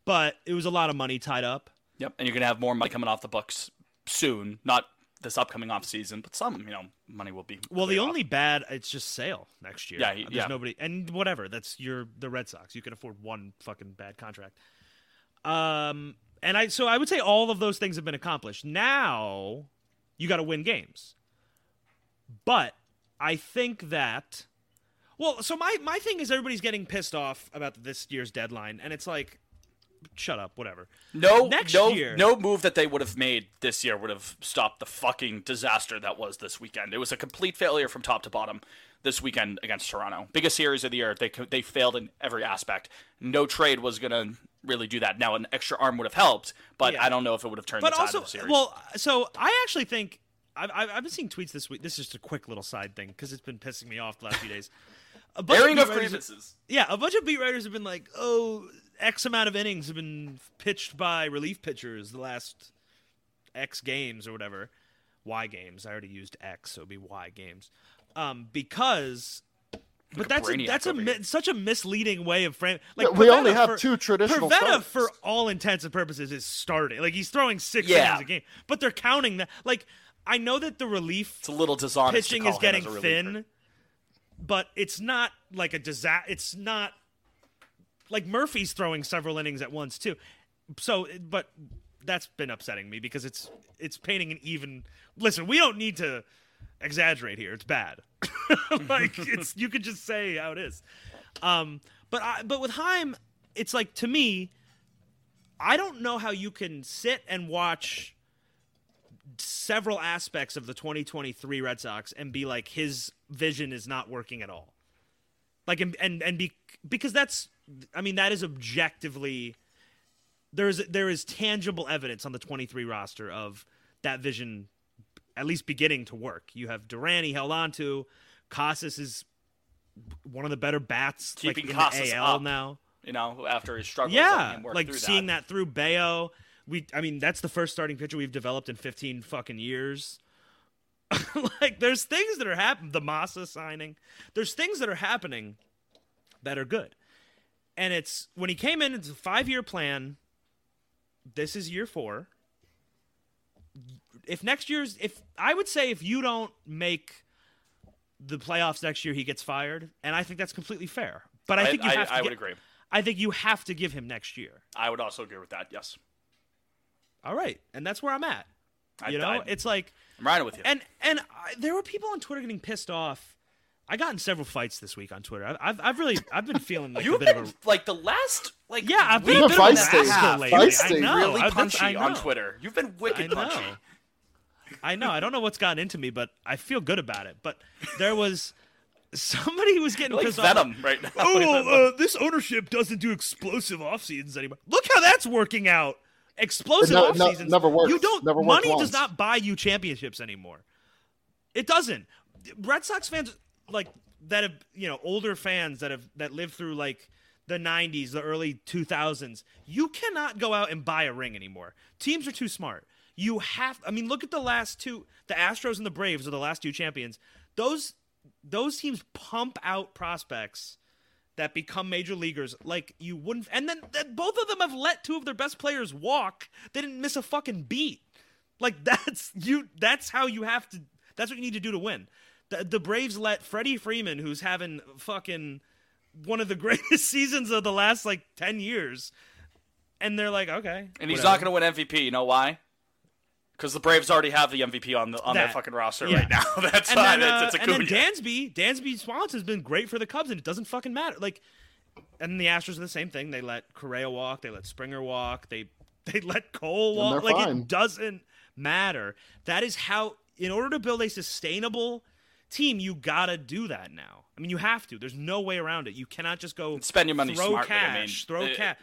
S2: but it was a lot of money tied up.
S4: yep. And you're going to have more money coming off the books soon. Not this upcoming off season, but some, you know, money will be.
S2: Well, the
S4: cleared off.
S2: only bad it's just sale next year.
S4: Yeah, y-
S2: there's
S4: yeah.
S2: nobody and whatever. That's your the Red Sox. You can afford one fucking bad contract. Um, and I so I would say all of those things have been accomplished. Now you got to win games, but I think that. Well, so my my thing is everybody's getting pissed off about this year's deadline, and it's like shut up, whatever.
S4: No,
S2: Next
S4: no,
S2: year-
S4: no move that they would have made this year would have stopped the fucking disaster that was this weekend. It was a complete failure from top to bottom this weekend against Toronto. Biggest series of the year. They co- they failed in every aspect. No trade was gonna really do that. Now an extra arm would have helped, but
S2: Yeah.
S4: I don't know if it would have turned
S2: but
S4: the tide
S2: also
S4: of the series.
S2: well so i actually think I've, I've, I've been seeing tweets this week this is just a quick little side thing because it's been pissing me off the last few days a bunch
S4: airing
S2: beat
S4: of
S2: writers-
S4: grievances.
S2: yeah a bunch of beat writers have been like oh x amount of innings have been pitched by relief pitchers the last x games or whatever y games i already used x so it'd be y games um, because but
S4: a
S2: that's a,
S4: brainiac
S2: that's a
S4: over
S2: mi-
S4: here.
S2: such a misleading way of framing.
S3: Yeah, we only have two traditional
S2: Pavetta,
S3: starters.
S2: for all intents and purposes, is starting. Like he's throwing six
S4: Yeah.
S2: innings a game, but they're counting that. Like I know that the relief
S4: It's a little dishonest. to
S2: pitching
S4: call
S2: is
S4: him as
S2: getting
S4: a reliever.
S2: thin, but it's not like a disaster. It's not like Murphy's throwing several innings at once too. So, but that's been upsetting me because it's it's painting an even. Listen, we don't need to exaggerate here. It's bad. like it's you could just say how it is. Um, but I, but with Heim, it's like to me, I don't know how you can sit and watch several aspects of the 2023 Red Sox and be like his vision is not working at all. Like and and, and be because that's I mean that is objectively there is there is tangible evidence on the 23 roster of that vision at least beginning to work. You have Duran he held on to, Casas is one of the better bats
S4: Keeping
S2: like in
S4: Casas
S2: the AL
S4: up.
S2: now
S4: You know, after his struggles, letting
S2: yeah,
S4: him work
S2: like
S4: through
S2: seeing that. through Bayo. We, I mean, that's the first starting pitcher we've developed in 15 fucking years. like, there's things that are happening. The Massa signing. There's things that are happening that are good. And it's when he came in, it's a five year plan. This is year four. If next year's, if I would say if you don't make the playoffs next year, he gets fired. And I think that's completely fair. But I, think you
S4: I,
S2: have to
S4: I
S2: get-
S4: would agree.
S2: I think you have to give him next year.
S4: I would also agree with that. Yes,
S2: All right, and that's where I'm at.
S4: I,
S2: You know,
S4: I,
S2: it's like,
S4: I'm riding with you.
S2: and and I, there were people on Twitter getting pissed off. I got in several fights this week on Twitter. I- I've I've really I've been feeling like a
S4: You've
S2: bit
S4: been
S2: of a
S4: like the last like
S2: yeah. I've been
S3: You're
S2: a bit of a
S3: feisty.
S2: rascal lately.
S3: Feisty.
S2: I know.
S4: really
S2: I- that's- I
S4: punchy on
S2: know.
S4: Twitter. You've been wicked
S2: I know.
S4: punchy.
S2: I know. I don't know what's gotten into me, but I feel good about it. But there was somebody who was getting
S4: You're like
S2: pissed off.
S4: Venom right now.
S2: oh, well, uh, this ownership doesn't do explosive off seasons anymore. Look how that's working out. Explosive
S3: No-
S2: off
S3: no-
S2: seasons
S3: never works.
S2: You don't.
S3: Never worked
S2: money
S3: once.
S2: does not buy you championships anymore. It doesn't. Red Sox fans like that have you know older fans that have that lived through like the 90s, the early 2000s. You cannot go out and buy a ring anymore. Teams are too smart. You have. I mean, look at the last two. The Astros and the Braves are the last two champions. Those those teams pump out prospects that become major leaguers like you wouldn't and then that both of them have let two of their best players walk they didn't miss a fucking beat like that's you that's how you have to that's what you need to do to win the, the braves let freddie freeman who's having fucking one of the greatest seasons of the last like 10 years and they're like okay
S4: and he's
S2: whatever.
S4: not going to win MVP. You know why? Because the Braves already have the MVP on the on their
S2: That.
S4: fucking roster
S2: Yeah.
S4: right now. That's
S2: and
S4: why
S2: then,
S4: it's,
S2: uh,
S4: it's a
S2: and then
S4: coup. yeah.
S2: Dansby, Dansby Swanson's been great for the Cubs, and it doesn't fucking matter. Like, and the Astros are the same thing. They let Correa walk, they let Springer walk, they they let Cole
S3: And
S2: walk.
S3: they're
S2: Like
S3: fine.
S2: it doesn't matter. That is how, in order to build a sustainable team, you gotta do that now. I mean, you have to. There's no way around it. You cannot just go
S4: spend your money
S2: throw
S4: smartly, I mean,
S2: cash, throw
S4: uh,
S2: cash.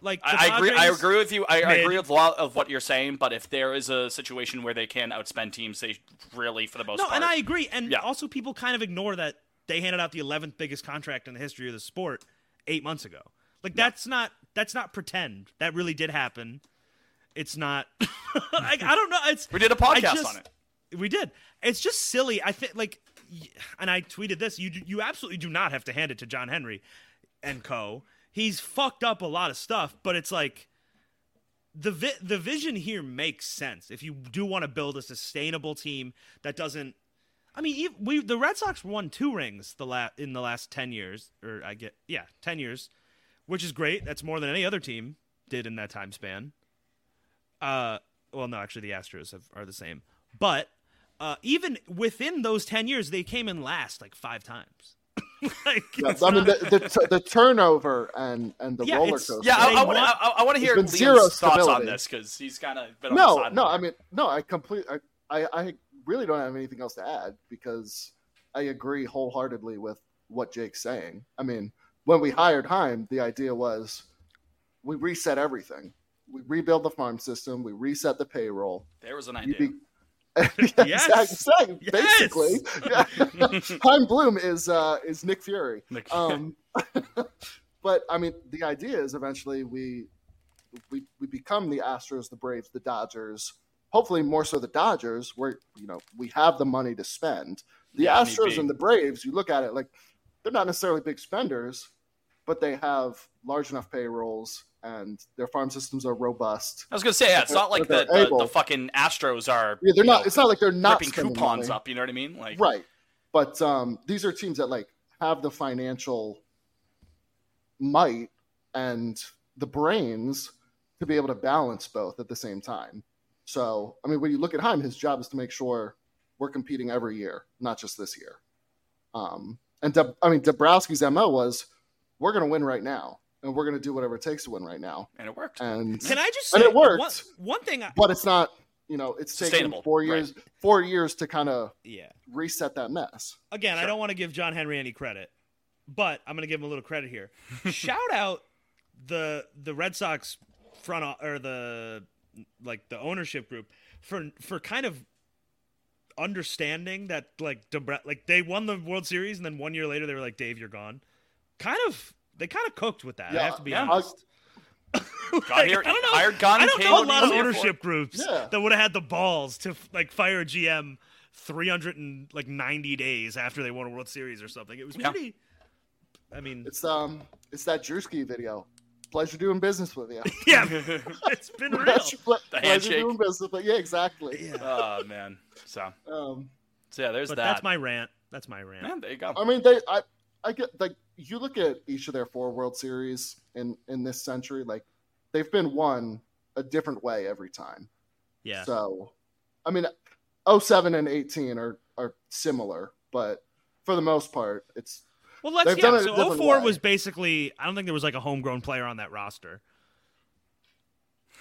S2: Like the
S4: I, I agree. I
S2: Padres-
S4: agree with you. I, I
S2: Mid.
S4: agree with a lot of what you're saying. But if there is a situation where they can outspend teams, they really, for the most
S2: No,
S4: part,
S2: and I agree. And
S4: Yeah.
S2: also, people kind of ignore that they handed out the 11th biggest contract in the history of the sport eight months ago. Like that's not that's not pretend. That really did happen. It's not. I, I don't know. It's
S4: we did a
S2: I
S4: podcast
S2: just-
S4: on it.
S2: We did. It's just silly. I think like, y- and I tweeted this. You do- you absolutely do not have to hand it to John Henry and Co. He's fucked up a lot of stuff, but it's like the vi- the vision here makes sense if you do want to build a sustainable team that doesn't. I mean, ev- we the Red Sox won two rings the la- in the last ten years, or I get yeah ten years, which is great. That's more than any other team did in that time span. Uh, well, no, actually, the Astros have, are the same. But uh, even within those ten years, they came in last like five times. like,
S3: Yes,
S2: it's
S3: I mean
S2: not-
S3: the, the, t- the turnover and and the
S2: Yeah,
S3: roller
S2: it's-
S3: coaster.
S4: Yeah, I,
S2: They
S4: I, want,
S2: want-
S4: I, I want to hear
S3: been
S4: Liam's
S3: zero
S4: thoughts on
S3: stability.
S4: this because he's kind of been on the
S3: no,
S4: side
S3: no.
S4: of it.
S3: I mean, no. I complete. I, I I really don't have anything else to add because I agree wholeheartedly with what Jake's saying. I mean, when we hired Heim, the idea was we reset everything. We rebuild the farm system. We reset the payroll.
S4: there was an
S3: You
S4: idea.
S3: be- Yeah,
S2: Yes.
S3: exact- exact-
S2: Yes.
S3: Basically, Yeah. Heim Bloom is uh, is Nick Fury.
S4: Like-
S3: um, but I mean, the idea is eventually we, we we become the Astros, the Braves, the Dodgers. Hopefully, more so the Dodgers, where you know we have the money to spend. The
S4: Yeah, need
S3: Astros
S4: be.
S3: and the Braves, you look at it like they're not necessarily big spenders, but they have large enough payrolls and their farm systems are robust.
S4: I was gonna say, yeah, it's not like
S3: They're
S4: the, the,
S3: able.
S4: the fucking Astros are.
S3: Yeah, they're
S4: you
S3: not.
S4: know,
S3: it's not like they're not
S4: ripping
S3: spending
S4: coupons
S3: money.
S4: up. You know what I mean? Like,
S3: right but um these are teams that like have the financial might and the brains to be able to balance both at the same time so i mean when you look at heim his job is to make sure we're competing every year not just this year um and De- i mean Dabrowski's mo was we're going to win right now and we're going to do whatever it takes to win right now
S4: and it worked.
S3: and
S2: Can I just say
S3: And it worked.
S2: One, one thing? I,
S3: but it's not you know it's taken
S4: Sustainable,
S3: four
S4: right.
S3: years four years to kind of
S2: yeah.
S3: reset that mess
S2: Again, I don't want to give John Henry any credit, but I'm going to give him a little credit here. Shout out the the Red Sox front o- or the like the ownership group for for kind of understanding that like Debra- like they won the World Series and then one year later they were like Dave, you're gone. Kind of they kind of cooked with that. I have to be
S4: yeah.
S2: honest.
S4: Got here,
S2: I don't know.
S4: hired Gunn.
S2: I don't
S4: came
S2: know a
S4: in
S2: lot of
S4: here for-
S2: ownership groups
S3: Yeah.
S2: that would have had the balls to like fire a GM 300 and like 90 days after they won a World Series or something. It was
S4: Yeah.
S2: pretty. I mean,
S3: It's um, it's that Drewski video. Pleasure doing business with you.
S2: yeah, it's been real.
S3: Pleasure- ple-
S4: The
S3: pleasure
S4: handshake.
S3: doing business, but yeah, exactly.
S2: Yeah,
S4: Oh man. So,
S3: Um,
S4: so yeah, there's
S2: but
S4: that.
S2: that's my rant. That's my rant.
S4: man. There you go.
S3: I mean, they, I, I get like you look at each of their four World Series in in this century, like they've been won a different way every time.
S2: Yeah,
S3: So, I mean, 07 and 18 are are similar, but for the most part, it's
S2: Well, let's
S3: They've
S2: yeah.
S3: done it a
S2: So
S3: different
S2: 04
S3: way.
S2: was basically I don't think there was like a homegrown player on that roster.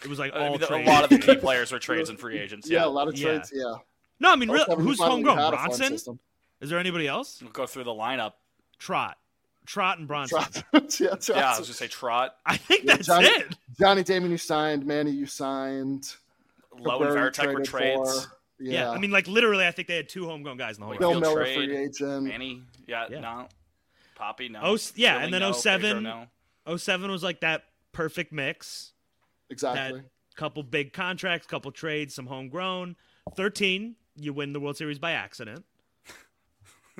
S2: It was like
S4: I
S2: all
S4: mean, a
S2: trade.
S4: lot of the key players were trades and free agents.
S3: yeah, a
S4: Yeah.
S3: lot of
S2: Yeah.
S3: trades. Yeah,
S2: no, I mean, really,
S3: 07
S2: who's
S3: finally
S2: homegrown?
S3: had a farm
S2: Bronson?
S3: system.
S2: Is there anybody else?
S4: We'll go through the lineup.
S2: Trot, Trot, and Bronson.
S3: Trot- yeah,
S4: Yeah, I
S3: Trotson.
S4: was gonna say Trot,
S2: I think
S3: Yeah,
S2: that's
S3: Johnny-
S2: it.
S3: Johnny Damon, you signed. Manny, you signed.
S4: Low and
S3: Cabrera
S4: Veritek were
S3: traded
S4: trades.
S3: for-
S2: Yeah. I mean, like literally, I think they had two homegrown guys in the whole
S3: Bill
S4: Field
S2: round.
S3: Miller
S4: trade,
S3: free agent.
S4: Manny, yeah,
S2: Yeah.
S4: no. Poppy, no.
S2: Oh, s- yeah, and
S4: Billy,
S2: then
S4: no.
S2: 07.
S4: Pedro, no.
S2: 07 was like that perfect mix.
S3: exactly.
S2: Couple big contracts, couple trades, some homegrown. Thirteen, you win the World Series by accident.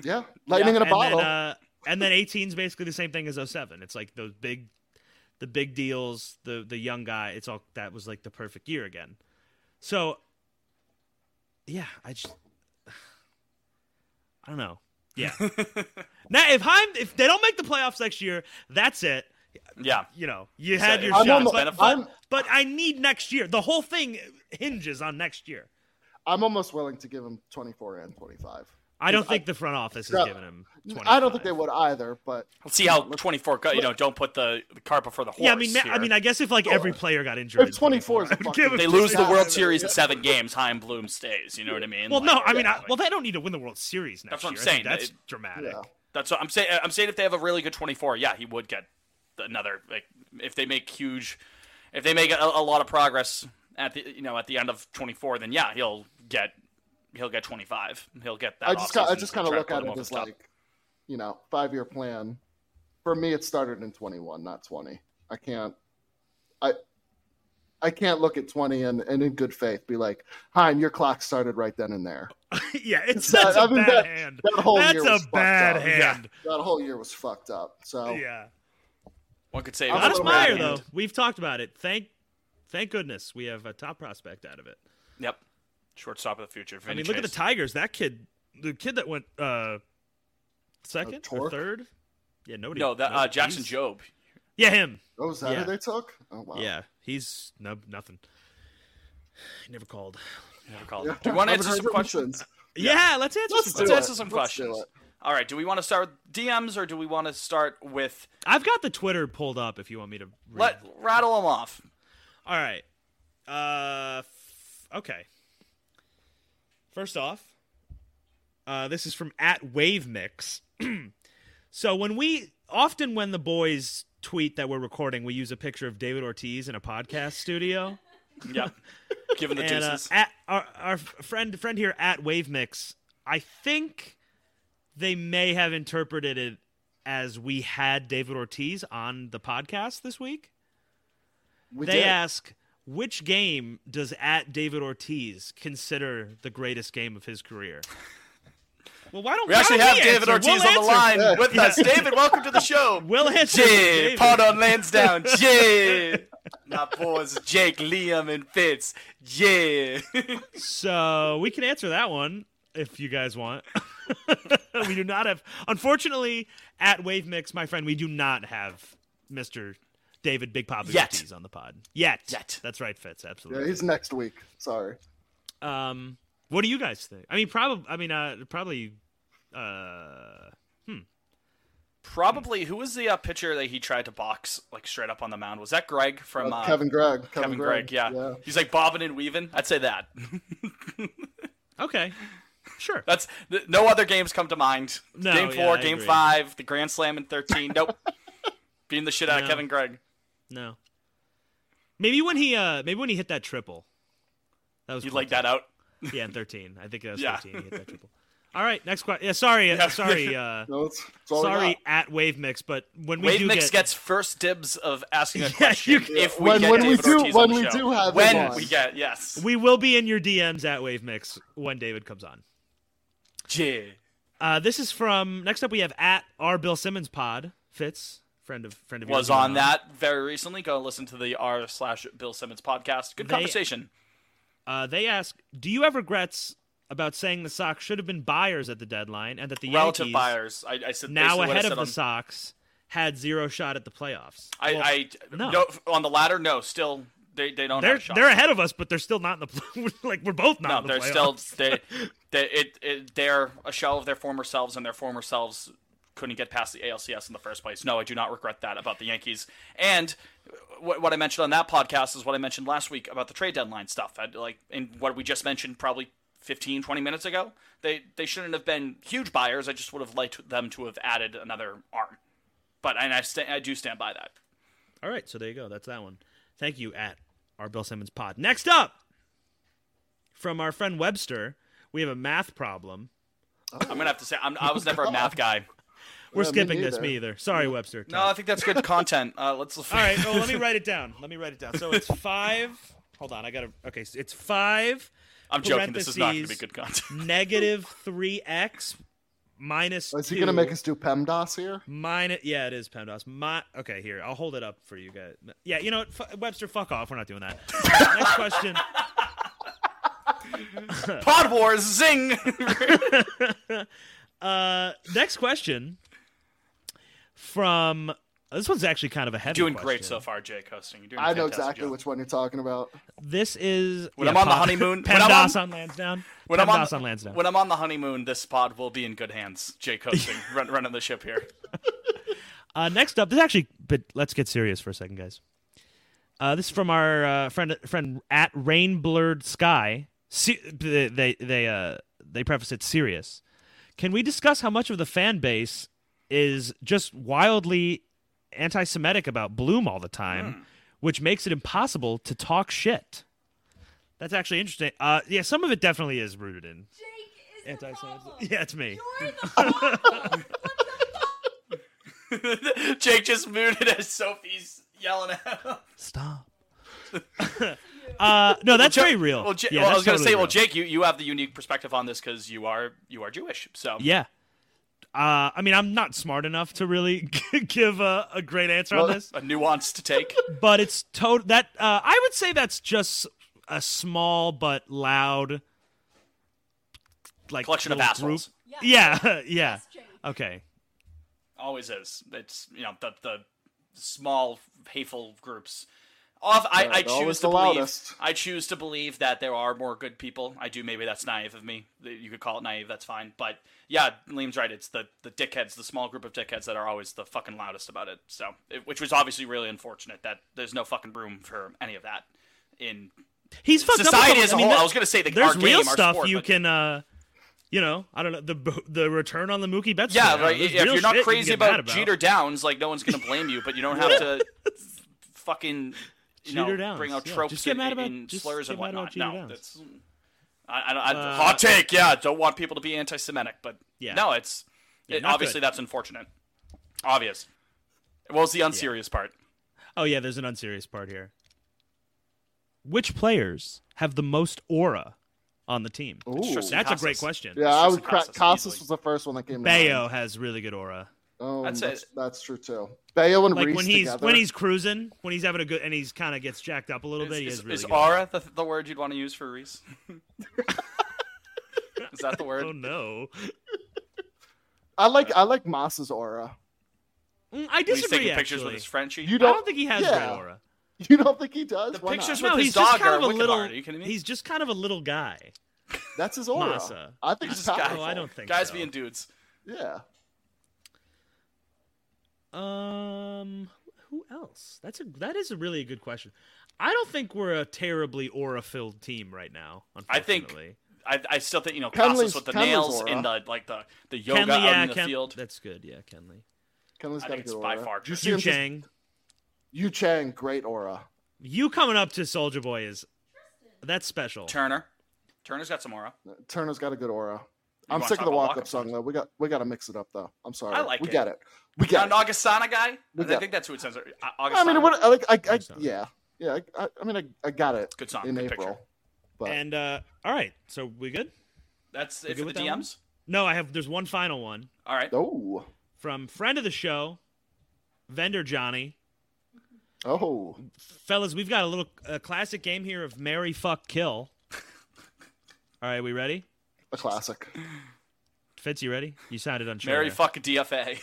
S3: yeah. Lightning in a
S2: and
S3: bottle.
S2: Then, uh, and then 18 is basically the same thing as 07. It's like those big, the big deals, the the young guy. It's all that was like the perfect year again. So, yeah, I just, I don't know. Yeah. now if Heim, if they don't make the playoffs next year, that's it.
S4: Yeah.
S2: You know, you
S4: So
S2: had your
S4: I'm
S2: shot.
S3: almo-
S2: but,
S3: I'm-
S2: but, but I need next year. The whole thing hinges on next year.
S3: I'm almost willing to give him 24 and 25.
S2: I don't think the front office is
S3: Yeah.
S2: giving him. 25.
S3: I don't think they would either, but
S4: Let's see how 24 go. You know, don't put the, the cart before the horse.
S2: Yeah, I mean, ma- I
S4: here.
S2: mean, I guess if like every player got injured,
S3: if
S2: in
S3: 24 is a fucking-
S2: give it-
S4: they lose the
S3: Yeah.
S4: World Series in seven games. Heim Bloom stays. You know what I mean?
S2: well,
S4: Like,
S2: no, I mean, I,
S4: like,
S2: well, they don't need to win the World Series next
S4: That's what I'm
S2: year.
S4: saying.
S2: That's
S4: It-
S2: dramatic.
S3: yeah.
S4: that's what I'm saying. I'm saying if they have a really good 24, yeah, he would get another. Like, if they make huge, if they make a, a lot of progress at the you know at the end of 24, then yeah, he'll get he'll get 25. He'll get that.
S3: I just, ki- I
S4: offseason
S3: just
S4: to
S3: kind of
S4: try to
S3: look
S4: put
S3: at
S4: him
S3: it
S4: over
S3: as
S4: the top.
S3: like, you know, five year plan. For me, it started in 21, not 20. I can't, I, I can't look at 20 and, and in good faith be like, Hein, your clock started right then and there.
S2: yeah, it's
S3: That-
S2: that's
S3: I
S2: a
S3: mean,
S2: bad
S3: that-
S2: hand.
S3: that whole year
S2: that's
S3: was
S2: a
S3: fucked
S2: bad
S3: up.
S2: hand.
S3: That whole year was fucked up. So,
S2: Yeah.
S4: one could say
S3: I'm a
S2: Honest
S3: little
S2: Meyer,
S3: bad
S2: though,
S3: hand.
S2: we've talked about it. Thank, thank goodness we have a top prospect out of it.
S4: Yep, shortstop of the future.
S2: I
S4: Vinny
S2: mean, look at the
S4: Chase.
S2: Tigers. That kid, the kid that went uh, second or
S3: Torque?
S2: third. Yeah, nobody.
S4: No, that uh,
S2: nobody-
S4: Jackson
S2: he's-
S4: Job.
S2: Yeah, him.
S3: oh, is that
S2: Yeah.
S3: who they took? Oh, wow.
S2: Yeah, he's no nothing. He never called.
S4: Never called. Do you want
S3: Haven't
S4: to answer
S3: heard
S4: some
S3: from
S4: questions?
S3: since.
S2: Yeah, let's answer.
S3: Let's
S2: some
S3: do
S4: Let's
S3: it.
S4: answer some
S3: Let's do
S4: questions.
S3: it.
S4: All right. Do we want to start with DMs or do we want to start with
S2: I've got the Twitter pulled up if you want me to. Read.
S4: let rattle them off?
S2: All right. Uh, f- okay. First off, uh, this is from at Wave Mix. so when we often when the boys tweet that we're recording, we use a picture of David Ortiz in a podcast studio.
S4: Yep. Given the
S2: and uh,
S4: deuces.
S2: at our, our friend friend here at Wave Mix, I think they may have interpreted it as we had David Ortiz on the podcast this week.
S3: We
S2: they
S3: did.
S2: ask which game does at David Ortiz consider the greatest game of his career? Well, why don't
S4: we actually
S2: why don't
S4: have David
S2: answer?
S4: Ortiz
S2: We'll
S4: on the line
S2: answer.
S4: with us. David, welcome to the show.
S2: We'll answer.
S4: Jay,
S2: David.
S4: Pardon Lansdowne. Jay. My boys, Jake, Liam, and Fitz. Yeah.
S2: So we can answer that one if you guys want. we do not have, unfortunately, at Wave Mix, my friend, we do not have Mister David Big Papa
S4: Yet.
S2: Ortiz on the pod yet.
S4: Yet.
S2: that's right, Fitz.
S3: Yeah,
S2: Absolutely.
S3: he's next week. Sorry.
S2: Um, what do you guys think? I mean, probably. I mean, uh, probably. Uh,
S4: Probably, who was the uh, pitcher that he tried to box like straight up on the mound? Was that Greg from
S3: Uh,
S4: uh,
S3: Kevin Gregg. Kevin,
S4: Kevin Greg? Yeah. He's like bobbing and weaving. I'd say that.
S2: okay, sure.
S4: That's th- no other games come to mind.
S2: No,
S4: game
S2: yeah,
S4: four,
S2: I
S4: game
S2: agree.
S4: five, the Grand Slam in thirteen. Nope. Beating the shit out
S2: No.
S4: of Kevin Gregg.
S2: No. Maybe when he uh maybe when he hit that triple. That was
S4: You
S2: cool.
S4: like that out?
S2: Yeah, in 13. I think that was
S4: Yeah.
S2: 13 he hit that triple. All right, next question. Yeah, sorry, uh, sorry. Uh
S3: No, it's, it's all we
S2: sorry
S3: got.
S2: at Wave Mix, but when we
S4: Wave
S2: do
S4: Mix
S2: get
S4: gets first dibs of asking a
S2: Yeah,
S4: question
S2: you can-
S4: if we
S3: When-
S4: get
S3: when we
S4: David
S3: do-
S4: Ortiz
S3: when
S4: on the
S3: we
S4: show.
S3: do have him
S4: when
S3: on.
S4: we get yes.
S2: we will be in your DMs at Wave Mix when David comes on.
S4: Yeah.
S2: Uh this is from next up we have at our Bill Simmons pod, Fitz, friend of friend of yours.
S4: was
S2: who went
S4: on that very recently. Go listen to the R slash Bill Simmons podcast. Good
S2: They-
S4: conversation.
S2: Uh they ask, "Do you have regrets about saying the Sox should have been buyers at the deadline and that the
S4: Relative
S2: Yankees
S4: buyers. I, I said
S2: now
S4: basically what I
S2: ahead
S4: said
S2: of the
S4: on,
S2: Sox, had zero shot at the playoffs.
S4: I,
S2: Well,
S4: I
S2: no.
S4: no. on the ladder. No, still they they don't.
S2: they're
S4: have a shot.
S2: they're ahead of us, but they're still not in the play- like we're both not.
S4: No,
S2: in the
S4: they're still
S2: playoffs.
S4: they, they it, it they're a shell of their former selves, and their former selves couldn't get past the ALCS in the first place. No, I do not regret that about the Yankees. And what, what I mentioned on that podcast is what I mentioned last week about the trade deadline stuff. I, like in what we just mentioned, probably 15, 20 minutes ago. They they shouldn't have been huge buyers. I just would have liked them to have added another arm. But and I sta- I do stand by that.
S2: All right, so there you go. That's that one. Thank you at our Bill Simmons pod. Next up, from our friend Webster, we have a math problem.
S4: I'm gonna have to say I'm, I was never a math guy.
S2: We're
S3: Yeah, me
S2: skipping this.
S3: neither.
S2: Me either. Sorry, Webster.
S4: No, I think that's good content. Uh, let's all
S2: All right. Well, let me write it down. Let me write it down. So it's five. Hold on. I gotta. Okay. So it's five.
S4: I'm joking. This is not going to be
S2: parentheses,
S4: good content.
S2: negative 3x minus
S3: Is he
S2: 2
S3: going to make us do PEMDAS here?
S2: minus yeah it is PEMDAS. My okay here I'll hold it up for you guys yeah you know what F- Webster fuck off we're not doing that Uh, next question
S4: Pod Wars, zing!
S2: uh next question from this one's actually kind of a heavy
S4: doing
S2: question.
S4: great so far, Jake hosting. You're doing a
S3: I know
S4: fantastic
S3: exactly
S4: job.
S3: which one you're talking about.
S2: this is
S4: When
S2: yeah,
S4: I'm on the
S2: Pop-
S4: honeymoon- when I'm
S2: PEMDAS
S4: on-
S2: on Lansdowne
S4: When I'm, on,
S2: PEMDAS on Lansdowne
S4: when I'm on the honeymoon, this pod will be in good hands. Jake hosting, run, running the ship here.
S2: Uh, next up, this actually, but let's get serious for a second, guys. Uh, this is from our uh, friend friend at Rain Blurred Sky. Se- they they they, uh, they preface it serious. Can we discuss how much of the fan base is just wildly anti-Semitic about Bloom all the time, which makes it impossible to talk shit? That's actually interesting. Uh, yeah, some of it definitely is rooted in
S5: Jake is
S2: anti-Semitic.
S5: the problem.
S2: Yeah, it's me.
S5: You're the problem.
S4: Jake just muted as Sophie's yelling at him.
S2: Stop. uh, no, that's
S4: Ja-
S2: very real.
S4: Well, Ja-
S2: Yeah,
S4: well, I
S2: that's
S4: was going to
S2: totally
S4: say, well,
S2: real.
S4: Jake, you, you have the unique perspective on this because you are you are Jewish. So
S2: Yeah. Uh, I mean, I'm not smart enough to really give a, a great answer on
S3: Well-
S2: this,
S4: a nuance to take.
S2: but it's total that uh, I would say that's just a small but loud like
S4: Collection of
S2: little
S4: assholes.
S2: Group. Yeah, yeah.
S5: Jake.
S2: Okay.
S4: Always is. It's you know the the small hateful groups off, I,
S3: Yeah,
S4: I
S3: they're always
S4: choose to
S3: the
S4: believe.
S3: loudest.
S4: I choose to believe that there are more good people. I do. Maybe that's naive of me. You could call it naive. That's fine. But yeah, Liam's right. It's the the dickheads, the small group of dickheads that are always the fucking loudest about it. So, it, which was obviously really unfortunate that there's no fucking room for any of that in
S2: He's fucked up.
S4: society
S2: with-
S4: as a
S2: I mean,
S4: whole.
S2: there-
S4: I was gonna say the
S2: there's
S4: our
S2: real
S4: game, our
S2: stuff
S4: sport,
S2: you
S4: but-
S2: can. uh you know, I don't know the bo- the return on the Mookie Betts.
S4: Yeah,
S2: trade.
S4: like
S2: There's
S4: if
S2: real
S4: you're not
S2: shit you can
S4: crazy
S2: get
S4: about,
S2: mad
S4: Jeter Downs, like no one's gonna blame you, but you don't have to fucking you know
S2: Jeter Downs,
S4: bring out
S2: yeah.
S4: tropes
S2: Just get mad
S4: and,
S2: about-
S4: and
S2: just
S4: slurs and
S2: get mad about
S4: whatnot.
S2: Jeter
S4: No,
S2: Downs.
S4: that's I, I, I,
S2: Uh,
S4: hot take. Yeah, don't want people to be anti-Semitic, but
S2: Yeah.
S4: no, it's
S2: Yeah,
S4: it,
S2: not
S4: obviously
S2: good.
S4: that's unfortunate, obvious. What was the unserious part?
S2: Oh yeah, there's an unserious part here. Which players have the most aura on the team?
S3: Ooh.
S4: Tristan
S2: That's a
S4: Casas.
S2: great question.
S3: Yeah, I
S4: Tristan
S3: was cra-
S4: Casas
S3: Casas
S4: easily.
S3: was the first one that came. to
S2: Bayo
S3: mind.
S2: has really good aura.
S3: Oh,
S4: That's
S3: that's,
S4: it.
S3: that's, true too. Bayo and
S2: Like
S3: Reese
S2: when he's
S3: together.
S2: when he's cruising, when he's having a good, and he's kind of gets jacked up a little bit. He
S4: Is,
S2: has
S4: is,
S2: really
S4: is
S2: good.
S4: aura the, the word you'd want to use for Reese? is that the word?
S2: Oh no,
S3: I like I like Moss's aura.
S2: Mm, I
S4: He's
S2: disagree.
S4: taking
S2: actually,
S4: pictures with his Frenchie.
S3: You
S2: I don't
S3: don't-
S2: think he has
S3: yeah.
S2: great aura.
S3: You don't think he does?
S4: The
S3: Why not?
S4: pictures with
S2: No,
S4: his
S2: he's
S4: dog
S2: just kind
S4: are
S2: of a
S4: wicked
S2: little.
S4: hard. Are you kidding me?
S2: He's just kind of a little guy.
S3: That's his aura.
S2: Massa.
S3: I think
S4: He's
S3: it's
S4: just guy.
S3: powerful.
S2: Oh, I don't think
S4: guys
S2: so.
S4: being dudes.
S3: Yeah.
S2: Um, who else? That's a that is a really good question. I don't think we're a terribly aura-filled team right now.
S4: I think-
S2: Unfortunately,
S4: I, I still think you know
S3: Kenley's-
S4: Casas with the
S3: Kenley's
S4: nails
S3: aura.
S4: and the like the the yoga
S2: Kenley,
S4: out
S2: yeah,
S4: in the
S2: Ken-
S4: field.
S2: That's good. Yeah, Kenley.
S3: Kenley's
S4: I
S3: got a
S4: think it's
S3: good
S4: by
S3: aura.
S4: far.
S3: Did you
S4: great.
S3: see
S2: Yu
S3: him just-
S2: Chang,
S3: Yu Chang, great aura.
S2: you coming up to Soldier Boy is that's special.
S4: Turner, Turner's got some aura.
S3: Turner's got a good aura. I'm
S4: wanna
S3: sick
S4: talk
S3: of the
S4: about
S3: walk
S4: walk-up
S3: up song
S4: songs?
S3: though. We got we got to mix it up though. I'm sorry.
S4: I like
S3: we
S4: it.
S3: got it. We
S4: Yeah,
S3: got
S4: an
S3: it.
S4: Augustana guy.
S3: We
S4: I
S3: got-
S4: think that's who it says.
S3: I
S4: Augustana.
S3: mean, what, I, like, I, I,
S2: Augustana.
S3: yeah, yeah. I, I, I mean, I, I got it
S4: Good song,
S3: in
S4: good
S3: April,
S4: picture.
S3: but
S2: And uh, all right, so we good?
S4: That's it
S2: good
S4: for the
S2: with that one?
S4: DMs.
S2: No, I have. There's one final one
S4: All right.
S3: oh,
S2: from friend of the show, vendor Johnny.
S3: oh,
S2: Fellas, we've got a little a classic game here of Mary Fuck Kill. All right, we ready?
S3: a classic.
S2: Fitz, you ready? You sounded unsure.
S4: Mary
S2: there.
S4: fuck DFA.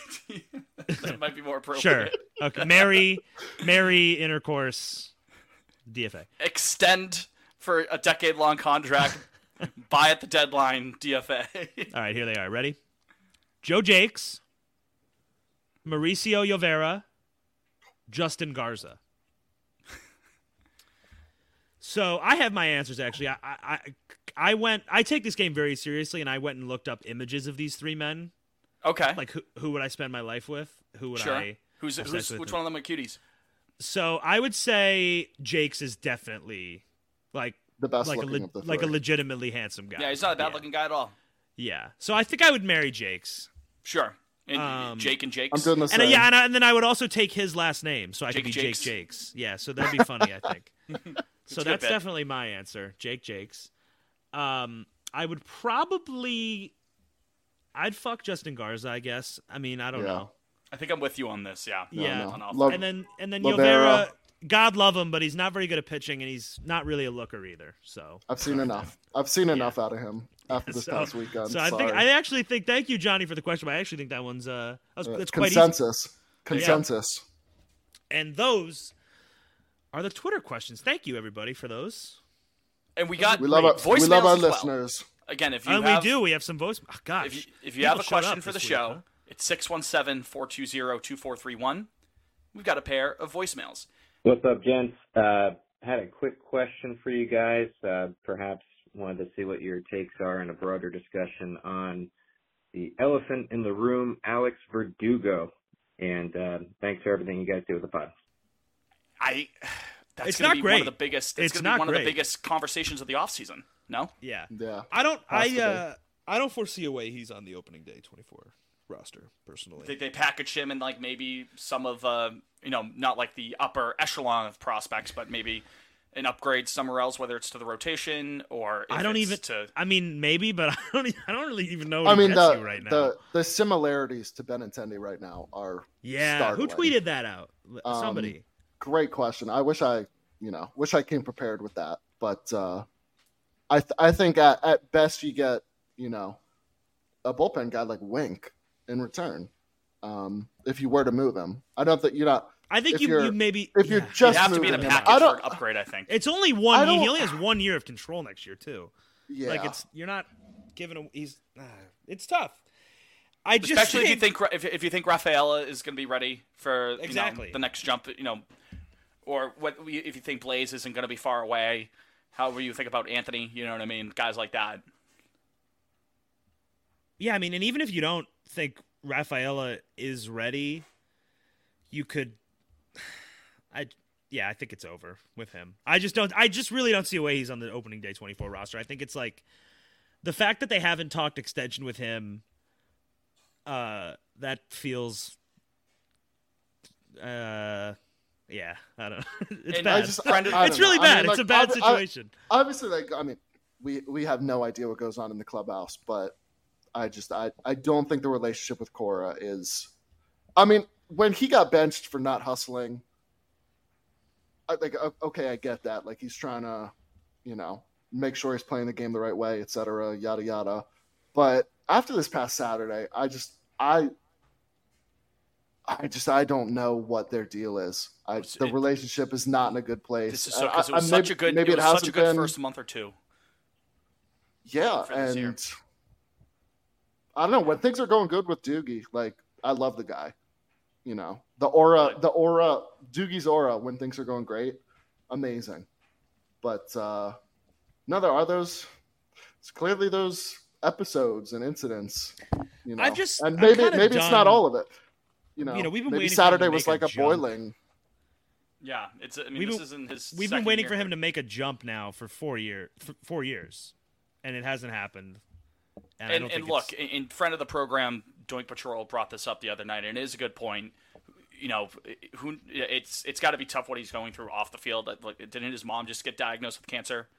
S4: that might be more appropriate.
S2: Sure. Okay. Marry, marry intercourse, DFA.
S4: Extend for a decade long contract. buy at the deadline. DFA.
S2: All right, here they are. Ready? Joe Jakes, Mauricio Yovera, Justin Garza. So I have my answers actually. I, I I- I went. I take this game very seriously, and I went and looked up images of these three men.
S4: okay.
S2: Like who who would I spend my life with? Who would
S4: sure.
S2: I?
S4: who's who's
S2: obsessed with
S4: which
S2: them.
S4: one of them are cuties?
S2: So I would say Jakes is definitely like
S3: The best
S2: like a
S3: looking
S2: le-
S3: of the
S2: like a
S3: three.
S2: legitimately handsome guy.
S4: Yeah, he's not a bad
S2: yeah.
S4: looking guy at all.
S2: Yeah. So I think I would marry Jake's.
S4: Sure. And
S2: Um,
S4: Jake and Jake's.
S3: I'm doing the
S2: And uh,
S3: same.
S2: yeah, and, I, and then I would also take his last name, so I
S4: Jake
S2: could be
S4: Jakes.
S2: Jake Jakes. Yeah, so that'd be funny, I think. so
S4: a good
S2: that's
S4: bet.
S2: definitely my answer, Jake Jakes. Um, I would probably, I'd fuck Justin Garza, I guess. I mean, I don't
S3: Yeah.
S2: know.
S4: I think I'm with you on this. Yeah.
S2: Yeah.
S3: no.
S4: On offense.
S3: Love-
S2: And then and then Yovera,
S3: Lovera.
S2: God love him, but he's not very good at pitching, and he's not really a looker either. So
S3: I've seen enough. I've seen enough out of him after this
S2: so,
S3: past weekend.
S2: so I
S3: Sorry.
S2: think I actually think thank you, Johnny, for the question. But I actually think that one's uh that's,
S3: Yeah,
S2: that's quite easy.
S3: consensus. Consensus.
S2: And those are the Twitter questions. Thank you, everybody, for those.
S4: And we got
S3: We love our
S4: voicemails
S3: we love our
S4: as well.
S3: listeners.
S4: Again, if you
S2: And
S4: have,
S2: we do. We have some votes. Oh, gosh.
S4: if you, if you
S2: People
S4: have a
S2: showed up
S4: question for the
S2: this week,
S4: show,
S2: huh?
S4: it's 617-420-2431. We've got a pair of voicemails.
S6: What's up, gents? Uh, had a quick question for you guys. Uh, perhaps wanted to see what your takes are in a broader discussion on the elephant in the room, Alex Verdugo. And uh, thanks for everything you guys do with the pod.
S4: I that's
S2: It's
S4: gonna
S2: not
S4: be one
S2: great.
S4: of the biggest it's,
S2: It's
S4: gonna be
S2: not
S4: one of
S2: great.
S4: the biggest conversations of the offseason. No?
S2: Yeah.
S3: Yeah.
S2: I don't. I
S3: Possibly.
S2: uh, I don't foresee a way he's on the opening day twenty four roster personally.
S4: I think they package him in like maybe some of uh you know, not like the upper echelon of prospects, but maybe an upgrade somewhere else, whether it's to the rotation or if
S2: I don't
S4: it's
S2: even.
S4: to
S2: I mean, maybe, but I don't. e- I don't really even know. What
S3: I
S2: he
S3: mean
S2: gets
S3: the,
S2: you right now.
S3: the the similarities to Benintendi right now are
S2: yeah. Who
S3: startling.
S2: tweeted that out? L-
S3: Um,
S2: Somebody.
S3: great question. I wish I, you know, wish I came prepared with that. But uh, I, th- I think at, at best you get, you know, a bullpen guy like Wink in return. Um, if you were to move him, I don't think you're not.
S2: I think
S3: If
S2: you,
S3: you're-
S2: you maybe
S3: if you're
S2: yeah.
S3: just
S4: have to be in a
S3: moving him up.
S4: package
S3: I
S4: for
S3: don't-
S4: an upgrade, I think.
S2: It's only
S3: I
S2: one. He
S3: don't-
S2: only has one year of control next year too.
S3: Yeah.
S2: Like it's you're not giving a he's. ah, it's tough. I just
S4: Especially if you
S2: think-
S4: think if, if you think Rafaela is going to be ready for you know,
S2: Exactly.
S4: the next jump, you know, or what if you think Blaze isn't going to be far away. However, you think about Anthony, you know what I mean? Guys like that.
S2: Yeah, I mean, and even if you don't think Rafaela is ready, you could. I yeah, I think it's over with him. I just don't. I just really don't see a way he's on the opening day twenty four roster. I think it's like the fact that they haven't talked extension with him. Uh, that feels. Uh, yeah, I don't. It's
S4: And
S2: bad.
S4: I
S3: just-
S4: Brendan-
S3: I don't
S2: it's really
S3: know. I
S2: bad.
S3: mean, like,
S2: it's a bad
S3: I'll- I'll-
S2: situation.
S3: obviously like i mean we we have no idea what goes on in the clubhouse but i just i i don't think the relationship with cora is i mean when he got benched for not hustling i like o- okay i get that like he's trying to you know make sure he's playing the game the right way etc yada yada but after this past saturday i just i I just I don't know what their deal is. I,
S4: It's-
S3: the
S4: it-
S3: relationship is not in a good place.
S4: This is
S3: And
S4: so because
S3: I-
S4: it was
S3: I-
S4: such
S3: maybe-
S4: a good,
S3: maybe
S4: it was such a
S3: hasn't
S4: good
S3: been-
S4: first month or two.
S3: yeah,
S4: for this
S3: and
S4: year.
S3: I don't know when things are going good with Doogie. Like I love the guy, you know the aura,
S4: But-
S3: the aura, Doogie's aura when things are going great, amazing. But uh, no, there are those. It's clearly those episodes and incidents. You know,
S2: I've just- I'm
S3: and maybe
S2: kinda
S3: maybe it's not
S2: done-
S3: all of it. You know,
S2: You know, we've been
S3: maybe
S2: waiting for him to
S3: Saturday was
S2: make
S3: like
S2: a
S3: a,
S2: jump.
S3: boiling.
S4: Yeah, it's. I mean,
S2: We've
S4: this
S2: been-
S4: is in his.
S2: We've been
S4: second
S2: waiting
S4: year.
S2: for him to make a jump now for four year f- four years, and it hasn't happened. And, I don't
S4: And, and,
S2: think
S4: look,
S2: it's-
S4: in, in front of the program, Doink Patrol brought this up the other night, and it is a good point. You know, who it's it's got to be tough what he's going through off the field. Like, didn't his mom just get diagnosed with cancer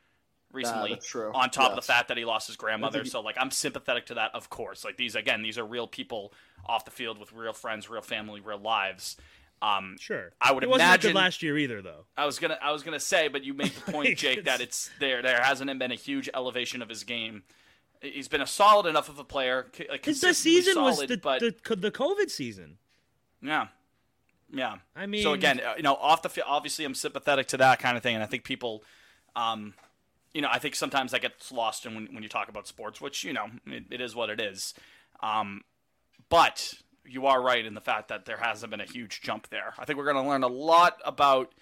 S4: recently?
S3: that's true.
S4: On top of the
S3: Yes.
S4: fact that he lost his grandmother, so like I'm sympathetic to that, of course. Like these again, these are real people off the field with real friends, real family, real lives. Um,
S2: sure.
S4: I would
S2: it wasn't that
S4: imagine-
S2: good last year either, though.
S4: I was gonna I was gonna say, but you make the point, Jake, that it's there. There hasn't been a huge elevation of his game. He's been a solid enough of a player. c- Like,
S2: Because the
S4: consistently
S2: season was
S4: solid,
S2: the,
S4: but
S2: the co- the COVID season.
S4: yeah, yeah.
S2: I mean,
S4: so again, uh, you know, off the field, obviously, I'm sympathetic to that kind of thing, and I think people, um, you know, I think sometimes that gets lost in when when you talk about sports, which you know, it, it is what it is. Um, but you are right in the fact that there hasn't been a huge jump there. I think we're going to learn a lot about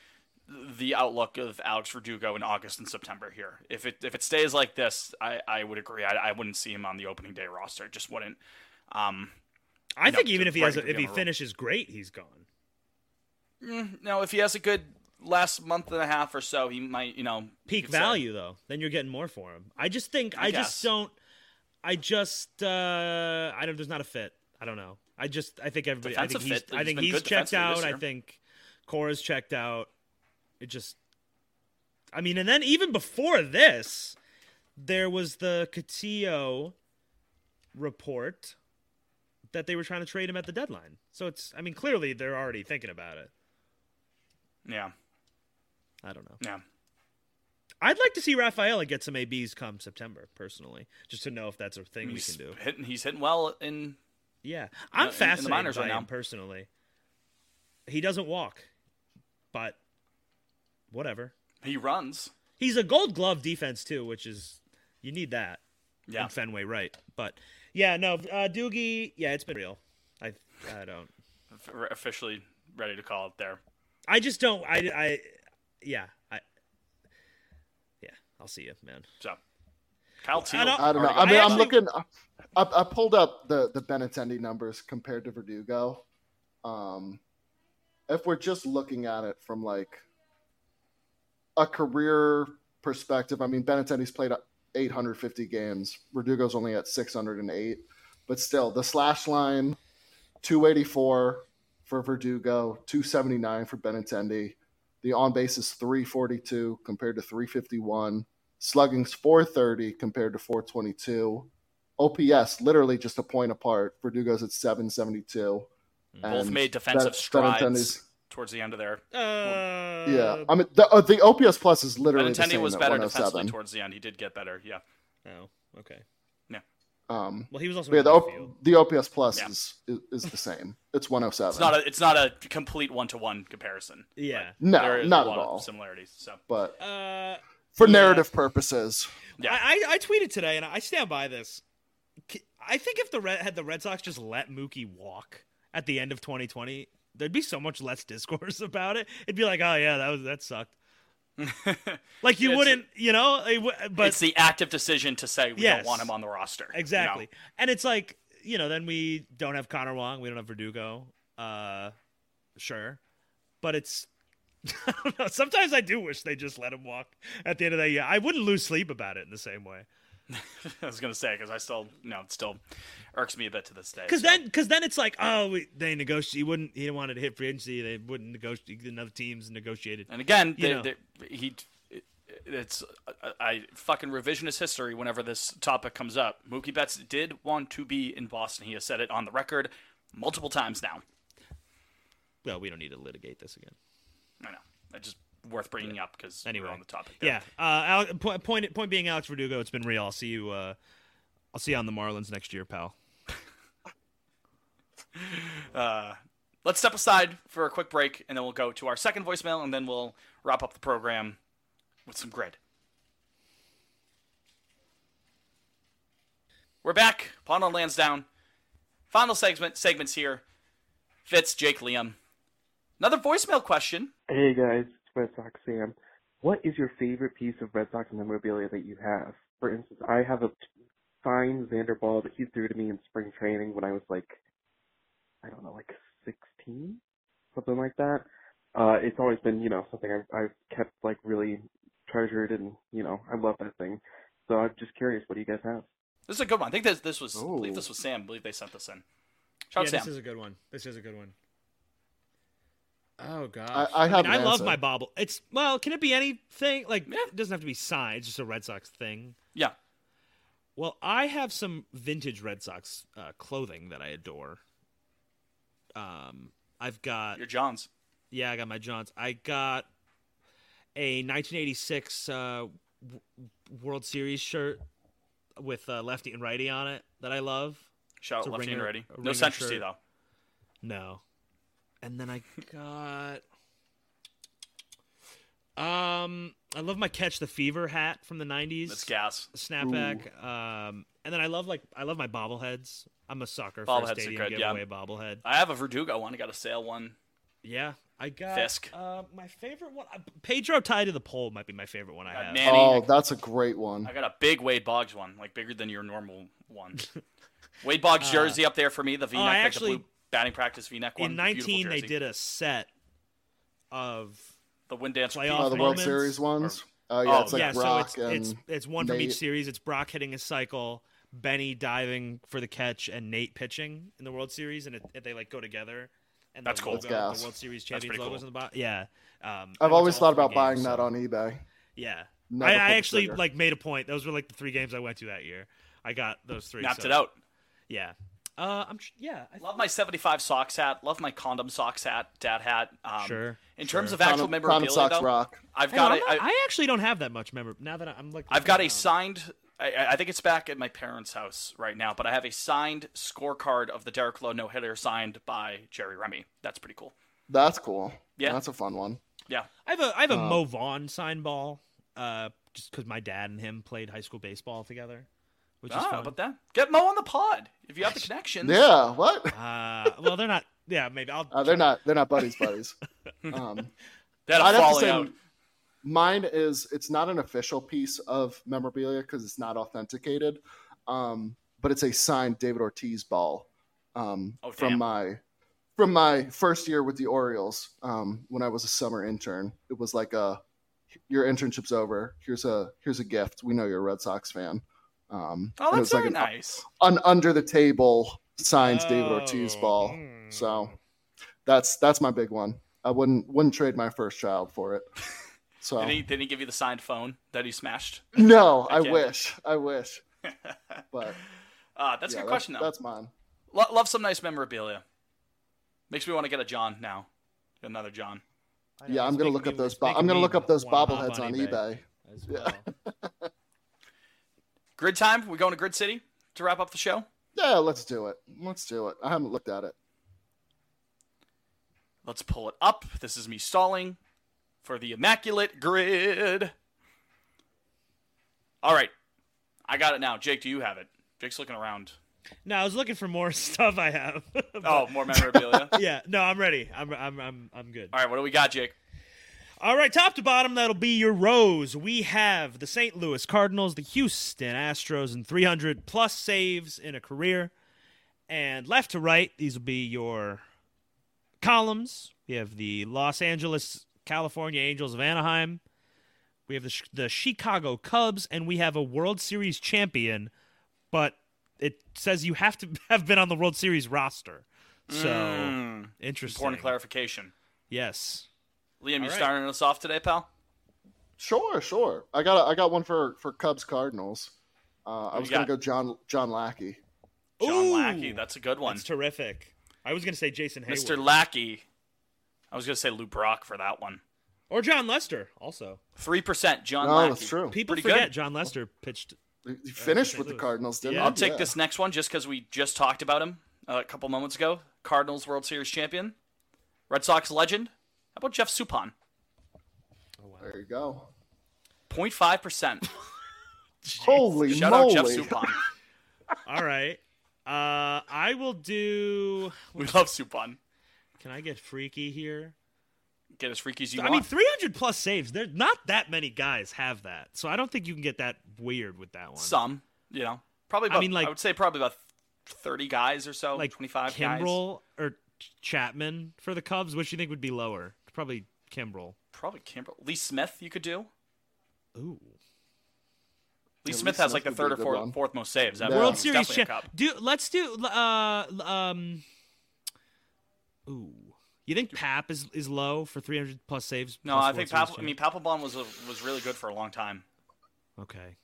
S4: the outlook of Alex Verdugo in August and September here. If it if it stays like this, I, I would agree. I, I wouldn't see him on the opening day roster. Just wouldn't. Um,
S2: I
S4: no,
S2: think even
S4: to-
S2: if he
S4: right,
S2: has
S4: to be
S2: a, if
S4: on
S2: he
S4: a roll.
S2: finishes great, he's gone.
S4: mm, no, if he has a good last month and a half or so, he might you know
S2: Peak
S4: you could say-
S2: value though, then you're getting more for him. I just think I,
S4: I guess.
S2: just don't. I just uh I don't. There's not a fit. I don't know. I just I think everybody. I think
S4: Defensive
S2: he's.
S4: fit,
S2: I
S4: he's
S2: think
S4: been
S2: he's
S4: good
S2: checked
S4: defensively this
S2: out. I
S4: year.
S2: think Cora's checked out. It just. I mean, and then even before this, there was the Cotillo report that they were trying to trade him at the deadline. So it's. I mean, clearly they're already thinking about it.
S4: Yeah,
S2: I don't know.
S4: yeah.
S2: I'd like to see Rafaela get some ABs come September, personally, just to know if that's a thing we
S4: He's
S2: can do.
S4: hitting. He's hitting well in
S2: Yeah,
S4: in-
S2: I'm
S4: in the
S2: fascinated
S4: minors
S2: by
S4: right now.
S2: him personally. He doesn't walk, but whatever.
S4: he runs.
S2: He's a Gold Glove defense too, which is you need that
S4: Yeah.
S2: in Fenway, right? But yeah, no, uh, Doogie. Yeah, it's been real. I I don't.
S4: F- Officially ready to call it there.
S2: I just don't. I I yeah I yeah. I'll see you, man.
S4: So Kyle Teal.
S2: don't-
S3: I don't know.
S4: already
S3: I mean,
S4: got
S3: I'm
S4: that.
S3: looking. I, I pulled up the the Benintendi numbers compared to Verdugo. Um, if we're just looking at it from like a career perspective, I mean, Benintendi's played 850 games. Verdugo's only at 608, but still, the slash line 284 for Verdugo, 279 for Benintendi. The on base is 342 compared to 351. Slugging's 430 compared to 422. OPS literally just a point apart. Verdugo's at 772.
S4: Both
S3: and
S4: made
S3: Ben-
S4: defensive strides
S3: Benintendi's-
S4: towards the end of there.
S2: Uh,
S3: yeah, I mean the uh, the OPS plus is literally the
S4: Benintendi
S3: same
S4: was
S3: at
S4: better
S3: 107.
S4: defensively towards the end. He did get better. Yeah.
S2: Oh, okay.
S3: Um,
S2: oh, Well, he was also
S3: yeah,
S2: in
S3: the,
S2: the
S3: o-
S2: field.
S3: the OPS plus
S4: Yeah.
S3: is, is is the same. It's 107.
S4: It's not a it's not a complete one to one comparison.
S2: Yeah.
S3: no,
S4: there is
S3: not
S4: a
S3: at
S4: lot
S3: all.
S4: of similarities. So
S3: But
S2: Uh,
S3: for
S2: Yeah.
S3: narrative purposes,
S4: Yeah.
S2: I, I I tweeted today, and I stand by this. K- I think if the Red had the Red Sox just let Mookie walk at the end of 2020, there'd be so much less discourse about it. It'd be like, oh yeah, that was that sucked. Like you
S4: It's-
S2: wouldn't, you know. it w- But
S4: it's the active decision to say we
S2: Yes.
S4: don't want him on the roster. you know?
S2: Exactly. And it's like, you know, then we don't have Connor Wong, we don't have Verdugo. Uh sure. But it's I don't know. Sometimes I do wish they just let him walk at the end of that year. I wouldn't lose sleep about it in the same way.
S4: I was gonna say because I still no, it still irks me a bit to this day.
S2: Because
S4: so.
S2: then, because then it's like, oh, we, they negotiated. He wouldn't. He didn't want to hit free agency. They wouldn't negotiate. Another teams negotiated.
S4: and again,
S2: You
S4: they,
S2: know.
S4: they, he it- it's I, I fucking revisionist history whenever this topic comes up. Mookie Betts did want to be in Boston. He has said it on the record multiple times now.
S2: Well, we don't need to litigate this again.
S4: I know. It's just worth bringing up because
S2: Anyway.
S4: we're on the topic. There.
S2: Yeah. Uh, Al, po- point point being, Alex Verdugo. It's been real. I'll see you. Uh, I'll see you on the Marlins next year, pal.
S4: Uh, let's step aside for a quick break, and then we'll go to our second voicemail, and then we'll wrap up the program with some grid. We're back. Pond on Lansdowne. Final segment segments here. Fitz, Jake, Liam. Another voicemail question.
S7: Hey guys, it's Red Sox Sam. What is your favorite piece of Red Sox memorabilia that you have? For instance, I have a signed Xander Ball that he threw to me in spring training when I was like, I don't know, like 16, something like that. Uh, it's always been, you know, something I've, I've kept like really treasured and, you know, I love that thing. So I'm just curious, what do you guys have?
S4: This is a good one. I think this, this was I believe
S3: Ooh.
S4: this was Sam. I believe they sent this in. Shout out
S2: yeah,
S4: Sam.
S2: this is a good one. This is a good one. Oh gosh,
S3: I- I have
S2: mean,
S3: an
S2: I love
S3: answer.
S2: my bobble. It's well, can it be anything? Like
S4: Yeah.
S2: it doesn't have to be signed. It's just a Red Sox thing.
S4: Yeah.
S2: Well, I have some vintage Red Sox uh, clothing that I adore. Um, I've got
S4: Your Johns.
S2: yeah, I got my Johns. I got a 1986 uh, w- World Series shirt with uh, lefty and righty on it that I love.
S4: Shout
S2: It's a
S4: out lefty and
S2: ringer-
S4: ready.
S2: a
S4: No
S2: ringer
S4: centristy
S2: shirt.
S4: though.
S2: No. And then I got um I love my catch the fever hat from the 90s.
S4: That's gas.
S2: Snapback. Um and then I love like I love my bobbleheads. I'm a sucker for
S4: Bobbleheads are
S2: a stadium
S4: good, yeah.
S2: giveaway bobblehead.
S4: I have a Verdugo one. I got a sale one.
S2: Yeah. I got
S4: Fisk.
S2: Uh, my favorite one. uh, Pedro tied to the pole might be my favorite one I
S4: Got
S2: have.
S4: Manny.
S3: oh, that's a great one.
S4: I got a big Wade Boggs one, like bigger than your normal one. Wade Boggs jersey up there for me, the V-neck,
S2: Uh, oh, I
S4: like
S2: actually-
S4: the blue batting practice V-neck one.
S2: In
S4: beautiful
S2: 19 they
S4: jersey.
S2: did a set of
S4: the wind dance
S2: playoff
S3: Oh, the World
S2: moments.
S3: Series ones. Oh yeah,
S4: Oh,
S3: it's like
S2: yeah,
S3: rock
S2: so
S3: and
S2: it's, it's it's one from
S3: Nate.
S2: each series. It's Brock hitting his cycle, Benny diving for the catch, and Nate pitching in the World Series, and it, it- they like go together. And
S4: That's
S2: the
S4: cool.
S2: logo,
S3: That's gas.
S2: the World Series
S4: That's
S2: champions
S4: pretty
S2: logos
S4: cool.
S2: on the bottom. Yeah, um,
S3: I've
S2: and it's
S3: always
S2: all
S3: thought
S2: three
S3: about buying
S2: games,
S3: that
S2: so-
S3: on eBay.
S2: Yeah,
S3: Never
S2: I, I
S3: pulled the
S2: actually
S3: trigger.
S2: like made a point. Those were like the three games I went to that year. I got those three.
S4: Mapped
S2: so-
S4: it out.
S2: Yeah, uh, I'm tr- yeah. I,
S4: Love my 75 socks hat. Love my condom socks hat, dad hat. Um,
S2: Sure,
S4: In terms
S2: sure.
S4: of actual
S3: Condom- condom
S4: memorabilia,
S3: socks
S4: though,
S3: rock.
S4: I've
S2: Hang on,
S4: got
S2: I'm
S4: a,
S2: not-
S4: I,
S2: I actually don't have that much memory. Now that I- I'm like,
S4: I've got a
S2: looking around.
S4: signed. I- I, I think it's back at my parents' house right now, but I have a signed scorecard of the Derek Lowe no hitter signed by Jerry Remy. That's pretty cool.
S3: That's cool.
S4: Yeah.
S3: that's a fun one.
S4: Yeah,
S2: I have a I have a
S3: Uh,
S2: Mo Vaughn sign ball, uh, just because my dad and him played high school baseball together, which is
S4: ah,
S2: fun.
S4: about that. Get Mo on the pod if you have the connections.
S3: Yeah, what?
S2: Uh, well, they're not. Yeah, maybe I'll.
S3: Uh, they're not. They're not buddies. Buddies. um,
S4: that
S3: I'd have to
S4: falling
S3: say-
S4: out.
S3: mine is it's not an official piece of memorabilia because it's not authenticated um, but it's a signed david ortiz ball um,
S4: Oh,
S3: from
S4: damn.
S3: my from my first year with the orioles um, when i was a summer intern it was like a your internship's over here's a here's a gift we know you're a red sox fan um,
S4: Oh,
S3: and it
S4: that's
S3: was like
S4: very
S3: an,
S4: nice.
S3: an under the table signed david
S2: Oh,
S3: ortiz ball
S4: hmm.
S2: mm.
S3: so that's that's my big one i wouldn't wouldn't trade my first child for it so
S4: Did he, did he give you the signed phone that he smashed?
S3: No,
S4: I
S3: I
S4: can't.
S3: wish. I wish. But
S4: Uh, that's
S3: yeah,
S4: a good question, though.
S3: That's mine.
S4: Lo- love some nice memorabilia. Makes me want to get a John now. Another John.
S2: I know,
S3: Yeah, I'm
S2: it's
S3: gonna
S2: making
S3: look up
S2: me-
S3: those.
S2: it's
S3: Bo-
S2: making
S3: I'm gonna
S2: me
S3: look up those
S2: wanna hop
S3: bobbleheads on eBay.
S2: as
S3: Yeah.
S2: well.
S4: Grid time? We going to Grid City? to wrap up the show?
S3: Yeah, let's do it. Let's do it. I haven't looked at it.
S4: Let's pull it up. This is me stalling for the immaculate grid. All right. I got it now. Jake, do you have it? Jake's looking around.
S2: No, I was looking for more stuff I have.
S4: Oh, more memorabilia.
S2: yeah, no, I'm ready. I'm I'm I'm I'm good.
S4: All right, what do we got, Jake?
S2: All right, top to bottom, that'll be your rows. We have the St. Louis Cardinals, the Houston Astros, and 300 plus saves in a career. And left to right, these will be your columns. We have the Los Angeles, California Angels of Anaheim. We have the, Ch- the Chicago Cubs, and we have a World Series champion, but it says you have to have been on the World Series roster. So,
S4: Mm,
S2: interesting.
S4: Important clarification.
S2: Yes.
S4: Liam, you
S2: right.
S4: starting us off today, pal?
S3: Sure, sure. I got a, I got one for for Cubs Cardinals. Uh, I
S4: you
S3: was gonna
S4: got?
S3: go John John Lackey.
S4: John
S2: Ooh.
S4: Lackey. That's a good one.
S2: That's terrific. I was going to say Jason Hayward.
S4: Mr. Lackey. I was going to say Lou Brock for that one.
S2: Or John Lester, also.
S4: 3% John
S3: no,
S4: Lackey.
S3: that's true.
S2: People
S4: Pretty
S2: forget
S4: good.
S2: John Lester pitched.
S3: He he finished with the Cardinals, didn't
S2: Yeah.
S3: he?
S4: I'll take
S3: Yeah.
S4: this next one just because we just talked about him uh, a couple moments ago. Cardinals World Series champion, Red Sox legend. How about Jeff Suppan?
S3: There you go.
S4: 0.5 percent.
S3: Holy
S4: Shout out
S3: moly!
S4: Jeff Suppan.
S2: All right. Uh, I will do.
S4: We love Suppan.
S2: Can I get freaky here?
S4: Get as freaky as you
S2: I mean,
S4: want.
S2: 300 plus saves. There, not that many guys have that, so I don't think you can get that weird with that one.
S4: Some, you know, probably.
S2: I
S4: About, I
S2: mean, like-
S4: would say probably about 30 guys or so,
S2: like
S4: 25 guys.
S2: Kimbrel or Ch- Chapman for the Cubs. Which you think would be lower? Probably Kimbrel.
S4: Probably Kimbrel. Lee Smith, you could do.
S2: Ooh.
S4: Lee
S3: Yeah,
S4: Smith
S3: Lee Smith
S4: has like the
S3: would be
S4: third
S3: a
S4: or
S3: good
S4: fourth,
S3: one.
S4: fourth most saves.
S3: Yeah.
S2: World
S3: It's
S2: Series
S4: champ.
S2: champ. Do let's do. Uh, l- um. Ooh. You think Pap is is low for 300 plus saves?
S4: No,
S2: plus
S4: I
S2: World
S4: think
S2: Series
S4: Pap- I
S2: champ?
S4: mean Papelbon was a, was really good for a long time.
S2: Okay.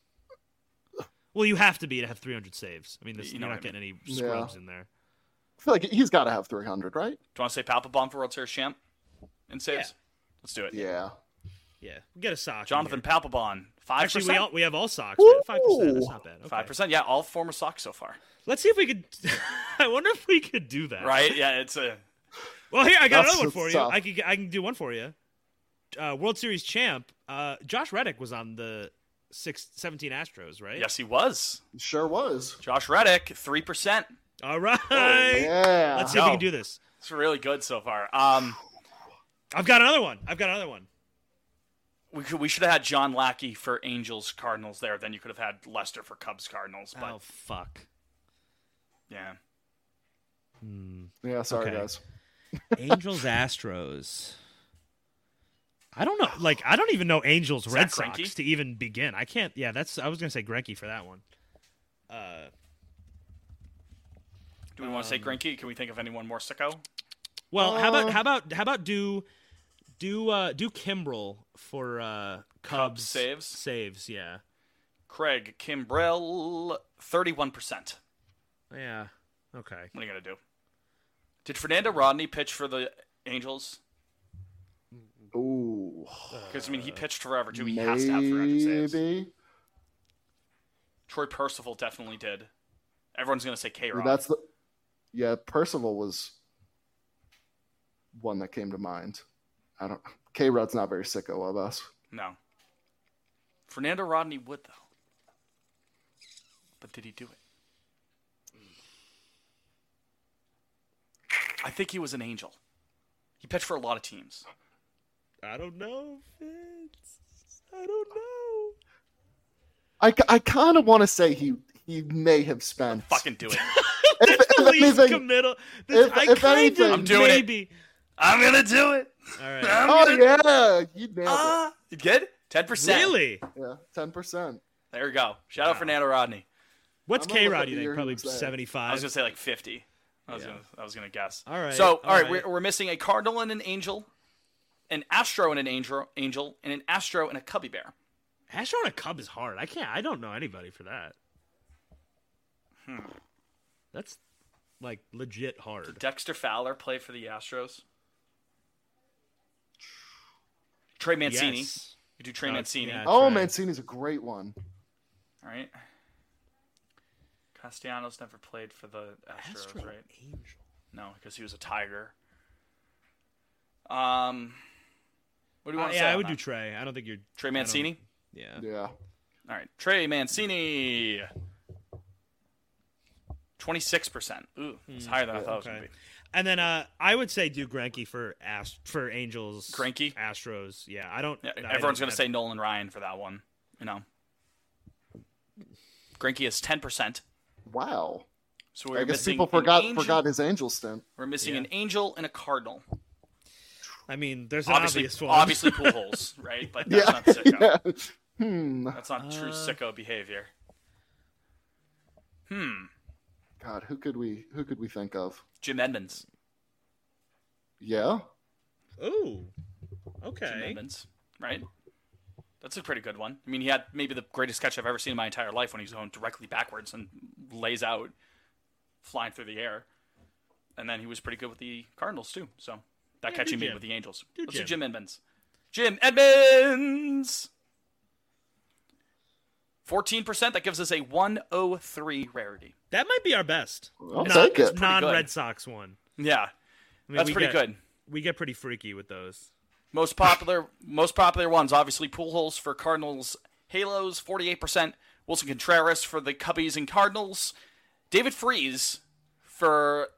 S2: Well, you have to be to have 300 saves. I mean, this,
S4: You
S2: you
S4: know
S2: are
S4: what
S2: not
S4: I
S2: getting any
S3: Yeah.
S2: scrubs in there.
S3: I feel like he's got to have 300, right?
S4: Do you want to say Papelbon for World Series champ in saves?
S2: Yeah.
S4: Let's do it.
S3: Yeah.
S2: Yeah, we get a sock.
S4: Jonathan Papelbon, five
S2: Actually, we all
S4: percent.
S2: we have all socks. We have Five percent. That's
S3: Ooh.
S2: not bad. Okay.
S4: Five percent. Yeah, all former socks so far.
S2: Let's see if we could. I wonder if we could do that.
S4: Right? Yeah, it's a
S2: Well, here I got
S3: That's
S2: another one
S3: so
S2: for
S3: tough.
S2: you. I can I can do one for you. Uh, World Series champ. Uh, Josh Reddick was on the six, 17 Astros, right?
S4: yes. He was
S3: Sure was.
S4: Josh Reddick, three percent.
S2: All right.
S3: Oh, Yeah.
S2: Let's see if we
S4: No.
S2: can do this.
S4: It's really good so far. Um,
S2: I've got another one. I've got another one.
S4: we could, we should have had John Lackey for Angels Cardinals there. Then you could have had Lester for Cubs Cardinals. But
S2: Oh fuck.
S4: yeah,
S3: Yeah. Sorry,
S2: Okay.
S3: guys.
S2: Angels Astros. I don't know. Like I don't even know Angels Red
S4: Zach
S2: Sox
S4: Greinke?
S2: to even begin. I can't. Yeah, that's. I was gonna say Greinke for that one. Uh,
S4: do we want
S2: Um,
S4: to say Grinky? Can we think of anyone more sicko?
S2: well, how
S3: Uh.
S2: about how about how about do do uh do Kimbrel for uh Cubs
S4: saves?
S2: Saves, yeah,
S4: Craig Kimbrell, thirty-one percent.
S2: yeah. Okay,
S4: What are you gonna do? Did Fernando Rodney pitch for the Angels?
S3: Ooh.
S4: Because I mean, he pitched forever too. He has to have 300 saves.
S3: Maybe.
S4: Troy Percival definitely did. Everyone's gonna say K Rod.
S3: That's the. Yeah, Percival was one that came to mind. I don't. K Rod's not very sicko of us.
S4: No. Fernando Rodney would though. But did he do it? I think he was an angel. He pitched for a lot of teams.
S2: I don't know, Vince. I don't know.
S3: I, I kind of want to say he he may have spent.
S4: Fucking do it.
S3: If, if
S2: Please
S3: anything-
S2: committal. This,
S3: if-
S2: I
S3: if
S2: kind
S3: anything-
S2: of
S3: I'm
S4: doing it.
S2: maybe.
S4: I'm gonna do it.
S2: All right.
S4: I'm
S3: oh
S4: gonna-
S3: yeah, you nailed
S4: Ah, you good? Ten percent.
S2: Really?
S3: it. Yeah, ten percent.
S4: There you go. Shout out Fernando Rodney.
S2: What's
S3: I'm gonna
S2: K
S3: look
S2: Rod?
S3: up
S2: You
S3: the
S2: think
S3: year he
S2: probably
S3: was there.
S4: I was
S2: seventy-five.
S4: gonna say like fifty. I was
S2: Yeah.
S4: gonna I was gonna guess.
S2: All right,
S4: So
S2: all
S4: all right,
S2: right.
S4: We're, we're missing a cardinal and an angel, an astro and an angel, angel and an astro and a cubby bear.
S2: Ash on a cub is hard. I can't. I don't know anybody for that.
S4: Hmm.
S2: That's like legit hard.
S4: Dexter Fowler played for the Astros. Trey Mancini.
S2: Yes.
S4: You do Trey
S2: No,
S4: Mancini.
S2: yeah.
S3: Oh
S2: right.
S3: Mancini's a great one.
S4: All right. Castellanos never played for the Astros,
S2: Astro
S4: right?
S2: Angel.
S4: No, because he was a Tiger. Um, what do you
S2: Uh,
S4: want to say?
S2: yeah, I
S4: on
S2: would
S4: that?
S2: do Trey. I don't think you're
S4: Trey
S2: I don't-
S4: Mancini?
S2: Yeah.
S3: Yeah.
S4: All right, Trey Mancini. Twenty-six percent. Ooh, it's higher than I thought it was gonna
S2: Hmm, Okay.
S4: be.
S2: And then uh, I would say do Granky for Ast- for Angels.
S4: Greinke?
S2: Astros. Yeah, I don't.
S4: Yeah,
S2: I
S4: everyone's
S2: don't-
S4: gonna say Nolan Ryan for that one. You know, Grinky is ten percent.
S3: Wow.
S4: So we're
S3: I guess
S4: missing
S3: people
S4: an
S3: forgot
S4: angel-
S3: forgot his angel stint.
S4: We're missing
S2: Yeah.
S4: an angel and a cardinal.
S2: I mean, there's an
S4: Obviously,
S2: obvious one.
S4: obviously pool holes, right? But that's not sicko.
S3: yeah. Hmm.
S4: That's not true
S2: Uh,
S4: sicko behavior. Hmm.
S3: God, who could we who could we think of?
S4: Jim Edmonds.
S3: Yeah.
S2: Ooh.
S4: Jim
S2: Okay.
S4: Edmonds, right? That's a pretty good one. I mean, he had maybe the greatest catch I've ever seen in my entire life when he's going directly backwards and lays out, flying through the air. And then he was pretty good with the Cardinals too. So that
S2: Yeah,
S4: catch
S2: do
S4: he made
S2: Jim.
S4: with the Angels.
S2: Do
S4: Let's do
S2: Jim.
S4: Jim Edmonds. Jim Edmonds. Fourteen percent. That gives us a one oh three rarity.
S2: That might be our best.
S3: I'll take it.
S2: Non
S4: good.
S2: Red Sox one.
S4: Yeah,
S2: I mean,
S4: that's
S2: we
S4: pretty
S2: get-
S4: good.
S2: We get pretty freaky with those.
S4: Most popular, most popular ones, obviously pool holes for Cardinals. Halos, forty-eight percent. Wilson Contreras for the Cubbies and Cardinals. David Freeze for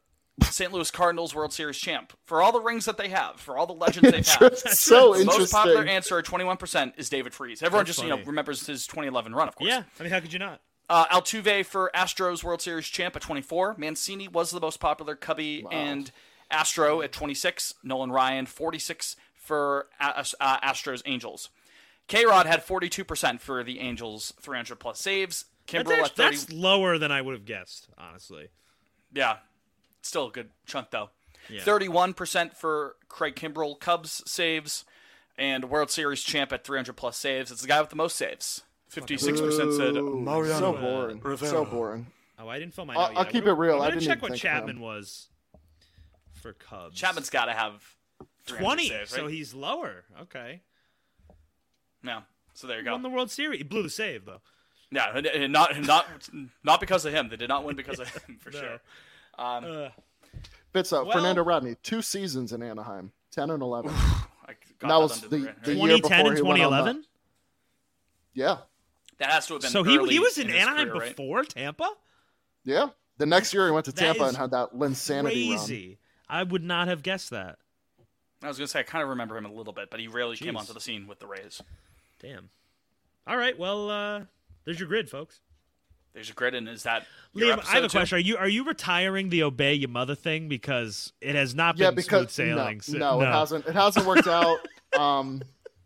S4: St. Louis Cardinals World Series champ. For all the rings that they have, for all the legends they've had.
S3: Just so
S4: The most popular
S3: interesting.
S4: answer, twenty-one percent, is David Freeze. Everyone
S2: That's
S4: just you know
S2: funny.
S4: remembers his 2011 run, of course.
S2: Yeah. I mean, how could you not?
S4: Uh, Altuve for Astros World Series champ at 24. Mancini was the most popular Cubby and Astro at 26. Nolan Ryan 46 for A- uh, Astros Angels. K Rod had 42% for the Angels 300 plus saves.
S2: That's,
S4: Kimbrel
S2: act-
S4: at 30.
S2: that's lower than I would have guessed, honestly.
S4: Yeah, still a good chunk though.
S2: Yeah.
S4: 31% for Craig Kimbrell Cubs saves and World Series champ at 300 plus saves. It's the guy with the most saves. 56% said
S3: Mariano so boring. So boring.
S2: Oh, I didn't fill mine
S3: I'll-
S2: out yet.
S3: I'll keep it real.
S2: I'm
S3: I
S2: gonna
S3: didn't
S2: check
S3: even
S2: what
S3: think of
S2: Chapman
S3: him.
S2: was for Cubs.
S4: Chapman's got to have 300
S2: 20,
S4: saves, right?
S2: so he's lower. Okay.
S4: Yeah. So there you
S2: Won
S4: go.
S2: the World Series. He blew the save, though.
S4: Yeah, and- and not not not because of him. They did not win because of him for
S2: No.
S4: sure. Um,
S2: Uh,
S3: Fits up.
S2: Well-
S3: Fernando Rodney, two seasons in Anaheim, ten and eleven.
S4: I got
S3: That was
S4: under
S3: the-
S4: radar.
S3: the- year
S2: 2010 and
S3: before he went on
S2: 2011?
S3: yeah,
S4: that has to have been.
S2: So he,
S4: early
S2: he was in,
S4: his
S2: Anaheim
S4: career, right?
S2: before Tampa?
S3: yeah. The next year he went to
S2: That
S3: Tampa
S2: is
S3: and had that Linsanity run.
S2: Crazy. I would not have guessed that.
S4: I was gonna say I kind of remember him a little bit, but he rarely came
S2: Jeez.
S4: onto the scene with the Rays.
S2: Damn. All right. Well, uh, there's your grid, folks.
S4: There's a grid, and is that your
S2: Liam, I have a
S4: episode, too?
S2: question. Are you are you retiring the obey your mother thing because it has not
S3: Yeah,
S2: been smooth
S3: because
S2: sailing?
S3: no,
S2: si-
S3: no, it hasn't. It hasn't worked out. Um,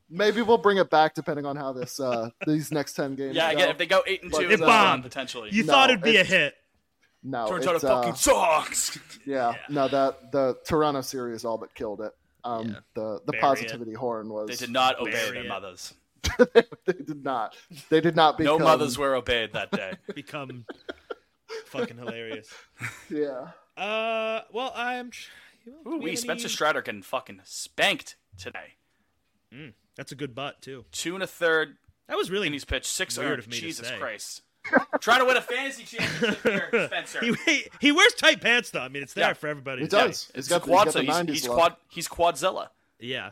S3: maybe we'll bring it back depending on how this uh these next ten games.
S4: Yeah,
S3: go.
S4: again, if they go eight and
S3: But
S4: two,
S3: it
S4: it's gonna
S2: bombed.
S4: potentially.
S2: You
S3: No,
S2: thought it'd be a
S3: it's-
S2: hit.
S3: no,
S4: Turns out it
S3: it's, uh,
S4: fucking sucks.
S3: yeah, no, that the Toronto series all but killed it. Um, the the
S2: Bury it.
S3: positivity horn was
S4: they did not obey
S2: Bury
S4: their
S2: it.
S4: mothers.
S3: they did not they did not
S4: No
S3: become
S4: mothers were obeyed that day.
S2: Become fucking hilarious.
S3: yeah
S2: Uh, well, I'm. tr- you know,
S4: Ooh, we
S2: any-
S4: Spencer Strider getting fucking spanked today.
S2: That's a good butt too.
S4: Two and a third,
S2: That was really
S4: and he's pitched six
S2: Weird
S4: earned.
S2: of me to
S4: Jesus
S2: say.
S4: Christ. Trying to win a fantasy championship here, Spencer.
S2: He, he he wears tight pants though. I mean, it's there
S4: Yeah.
S2: for everybody.
S3: it
S2: to see.
S3: does
S4: It's
S3: it's got, the- he's got
S4: quad,
S3: the
S4: so he's,
S3: 90s
S4: he's
S3: look.
S4: quad, he's quadzilla.
S2: Yeah.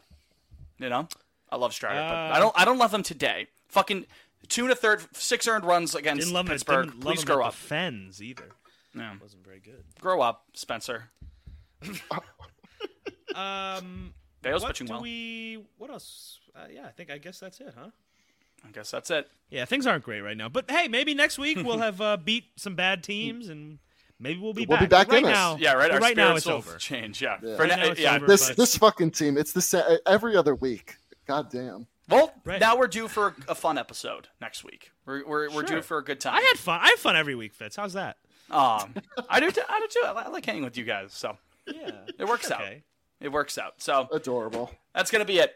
S4: You know, I love Strider, but
S2: Uh,
S4: I don't, I don't love him today. Fucking two and a third, six earned runs against
S2: Didn't love him.
S4: Pittsburgh.
S2: Didn't love
S4: Please
S2: him
S4: grow
S2: at
S4: up,
S2: the Fens either.
S4: Yeah.
S2: Wasn't very good.
S4: grow up, Spencer.
S2: Um,
S4: Bale's
S2: what
S4: pitching
S2: do
S4: well.
S2: we? What else? Uh, yeah, I think I guess that's it, huh?
S4: I guess that's it.
S2: Yeah, things aren't great right now. But hey, maybe next week we'll have uh, beat some bad teams, and maybe we'll be
S3: We'll be
S2: back.
S3: back
S2: right
S3: in it.
S2: now,
S4: Yeah, right.
S2: but
S4: Our
S2: right now
S4: spirits
S2: it's
S4: will
S2: over.
S4: Change, yeah.
S3: Yeah.
S4: For
S2: Right
S4: na-
S2: now it's
S4: yeah.
S2: over.
S3: this
S2: but-
S3: this fucking team it's the same every other week god damn
S4: Well,
S2: Right.
S4: now we're due for a fun episode next week. We're we're, we're due
S2: Sure.
S4: for a good time.
S2: I had fun. I have fun every week, Fitz. How's that?
S4: Um, I do. Too, I do too. I li- I like hanging with you guys, so
S2: Yeah,
S4: it works out.
S2: okay.
S4: It works out. So
S3: adorable
S4: that's gonna be it.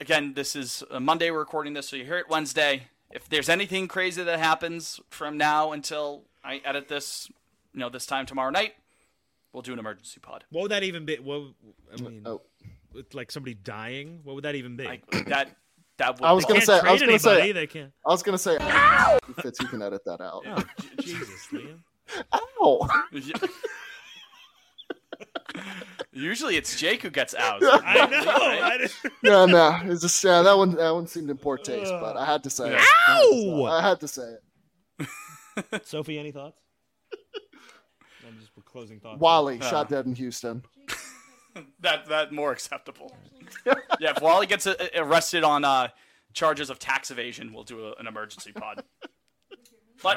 S4: Again, this is uh, Monday. We're recording this, so you hear it Wednesday. If there's anything crazy that happens from now until I edit this, you know, this time tomorrow night, we'll do an emergency pod.
S2: What would that even be? What I mean,
S3: oh
S2: with, like somebody dying. What would that even be?
S4: Like that. That would
S3: I was
S4: be-
S3: gonna
S2: Can't
S3: say- I
S2: trade
S3: was gonna say-
S2: anybody. They can't.
S3: i was gonna say fitz you can edit that out
S2: Jesus, Liam.
S3: Ow!
S4: Usually it's Jake who gets out.
S3: I
S2: know, I didn't-
S3: no, no, it's just yeah. That one, that one seemed in poor taste, but I had to say it.
S2: Ow!
S3: I had to say it.
S2: Sophie, any thoughts? I'm just closing thoughts.
S3: Wally
S4: Uh.
S3: shot dead in Houston.
S4: that that more acceptable. yeah, if Wally gets uh, arrested on uh, charges of tax evasion, we'll do a, an emergency pod. But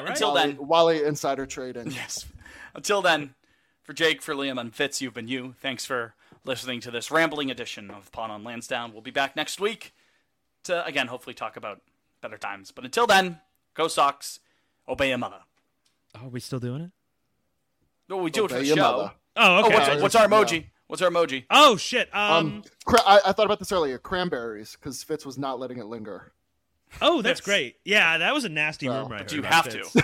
S2: All right.
S4: until
S3: Wally,
S4: then,
S3: Wally insider trading.
S4: yes. Until then, for Jake, for Liam, and Fitz, you've been you. Thanks for listening to this rambling edition of Pawn on Lansdowne. We'll be back next week to again hopefully talk about better times. But until then, go Sox, obey your mother.
S2: Are we still doing it?
S4: No, we do it for
S3: Obey
S4: the
S3: your
S4: show.
S3: mother.
S2: Oh,
S4: Oh,
S2: okay.
S4: what's, what's our emoji? What's our emoji?
S2: Oh shit. Um,
S3: Um, cra- I, I thought about this earlier. Cranberries, because Fitz was not letting it linger.
S2: Oh, that's
S4: Yes.
S2: great. Yeah, that was a nasty
S3: Well,
S2: rumor. I heard
S4: Do you
S2: about
S4: have
S2: Fitz.
S4: to?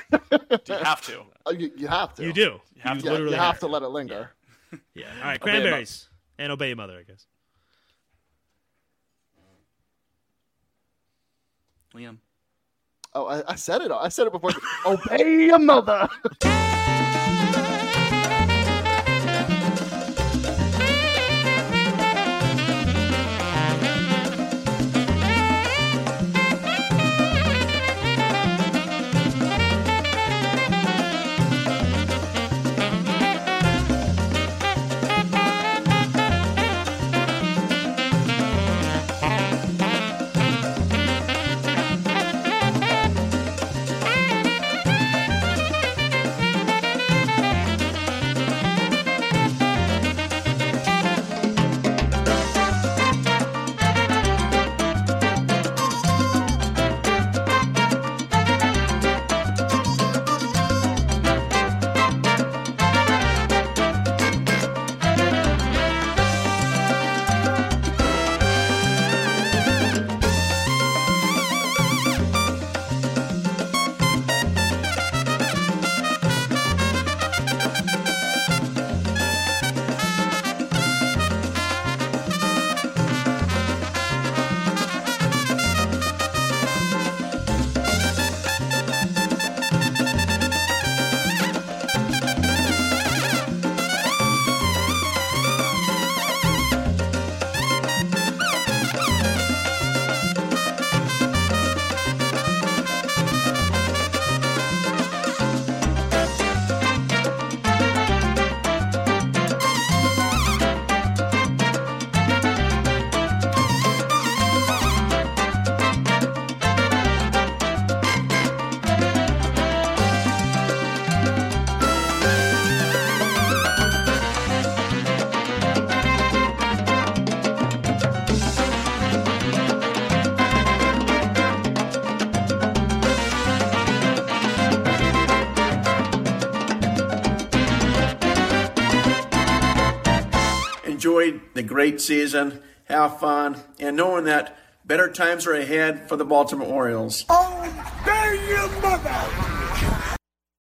S4: Do you have to?
S3: Oh, you, you have to.
S2: You do. You
S4: have to.
S3: Yeah, you
S2: literally
S3: have to let it linger.
S2: Yeah. All right,
S4: Obey your mo-
S2: cranberries and obey your mother, I guess.
S4: Liam.
S3: Oh, I, I said it. I said it before. Oh, Obey your mother.
S1: Enjoy the great season, have fun, and knowing that better times are ahead for the Baltimore Orioles.
S8: Obey your mother!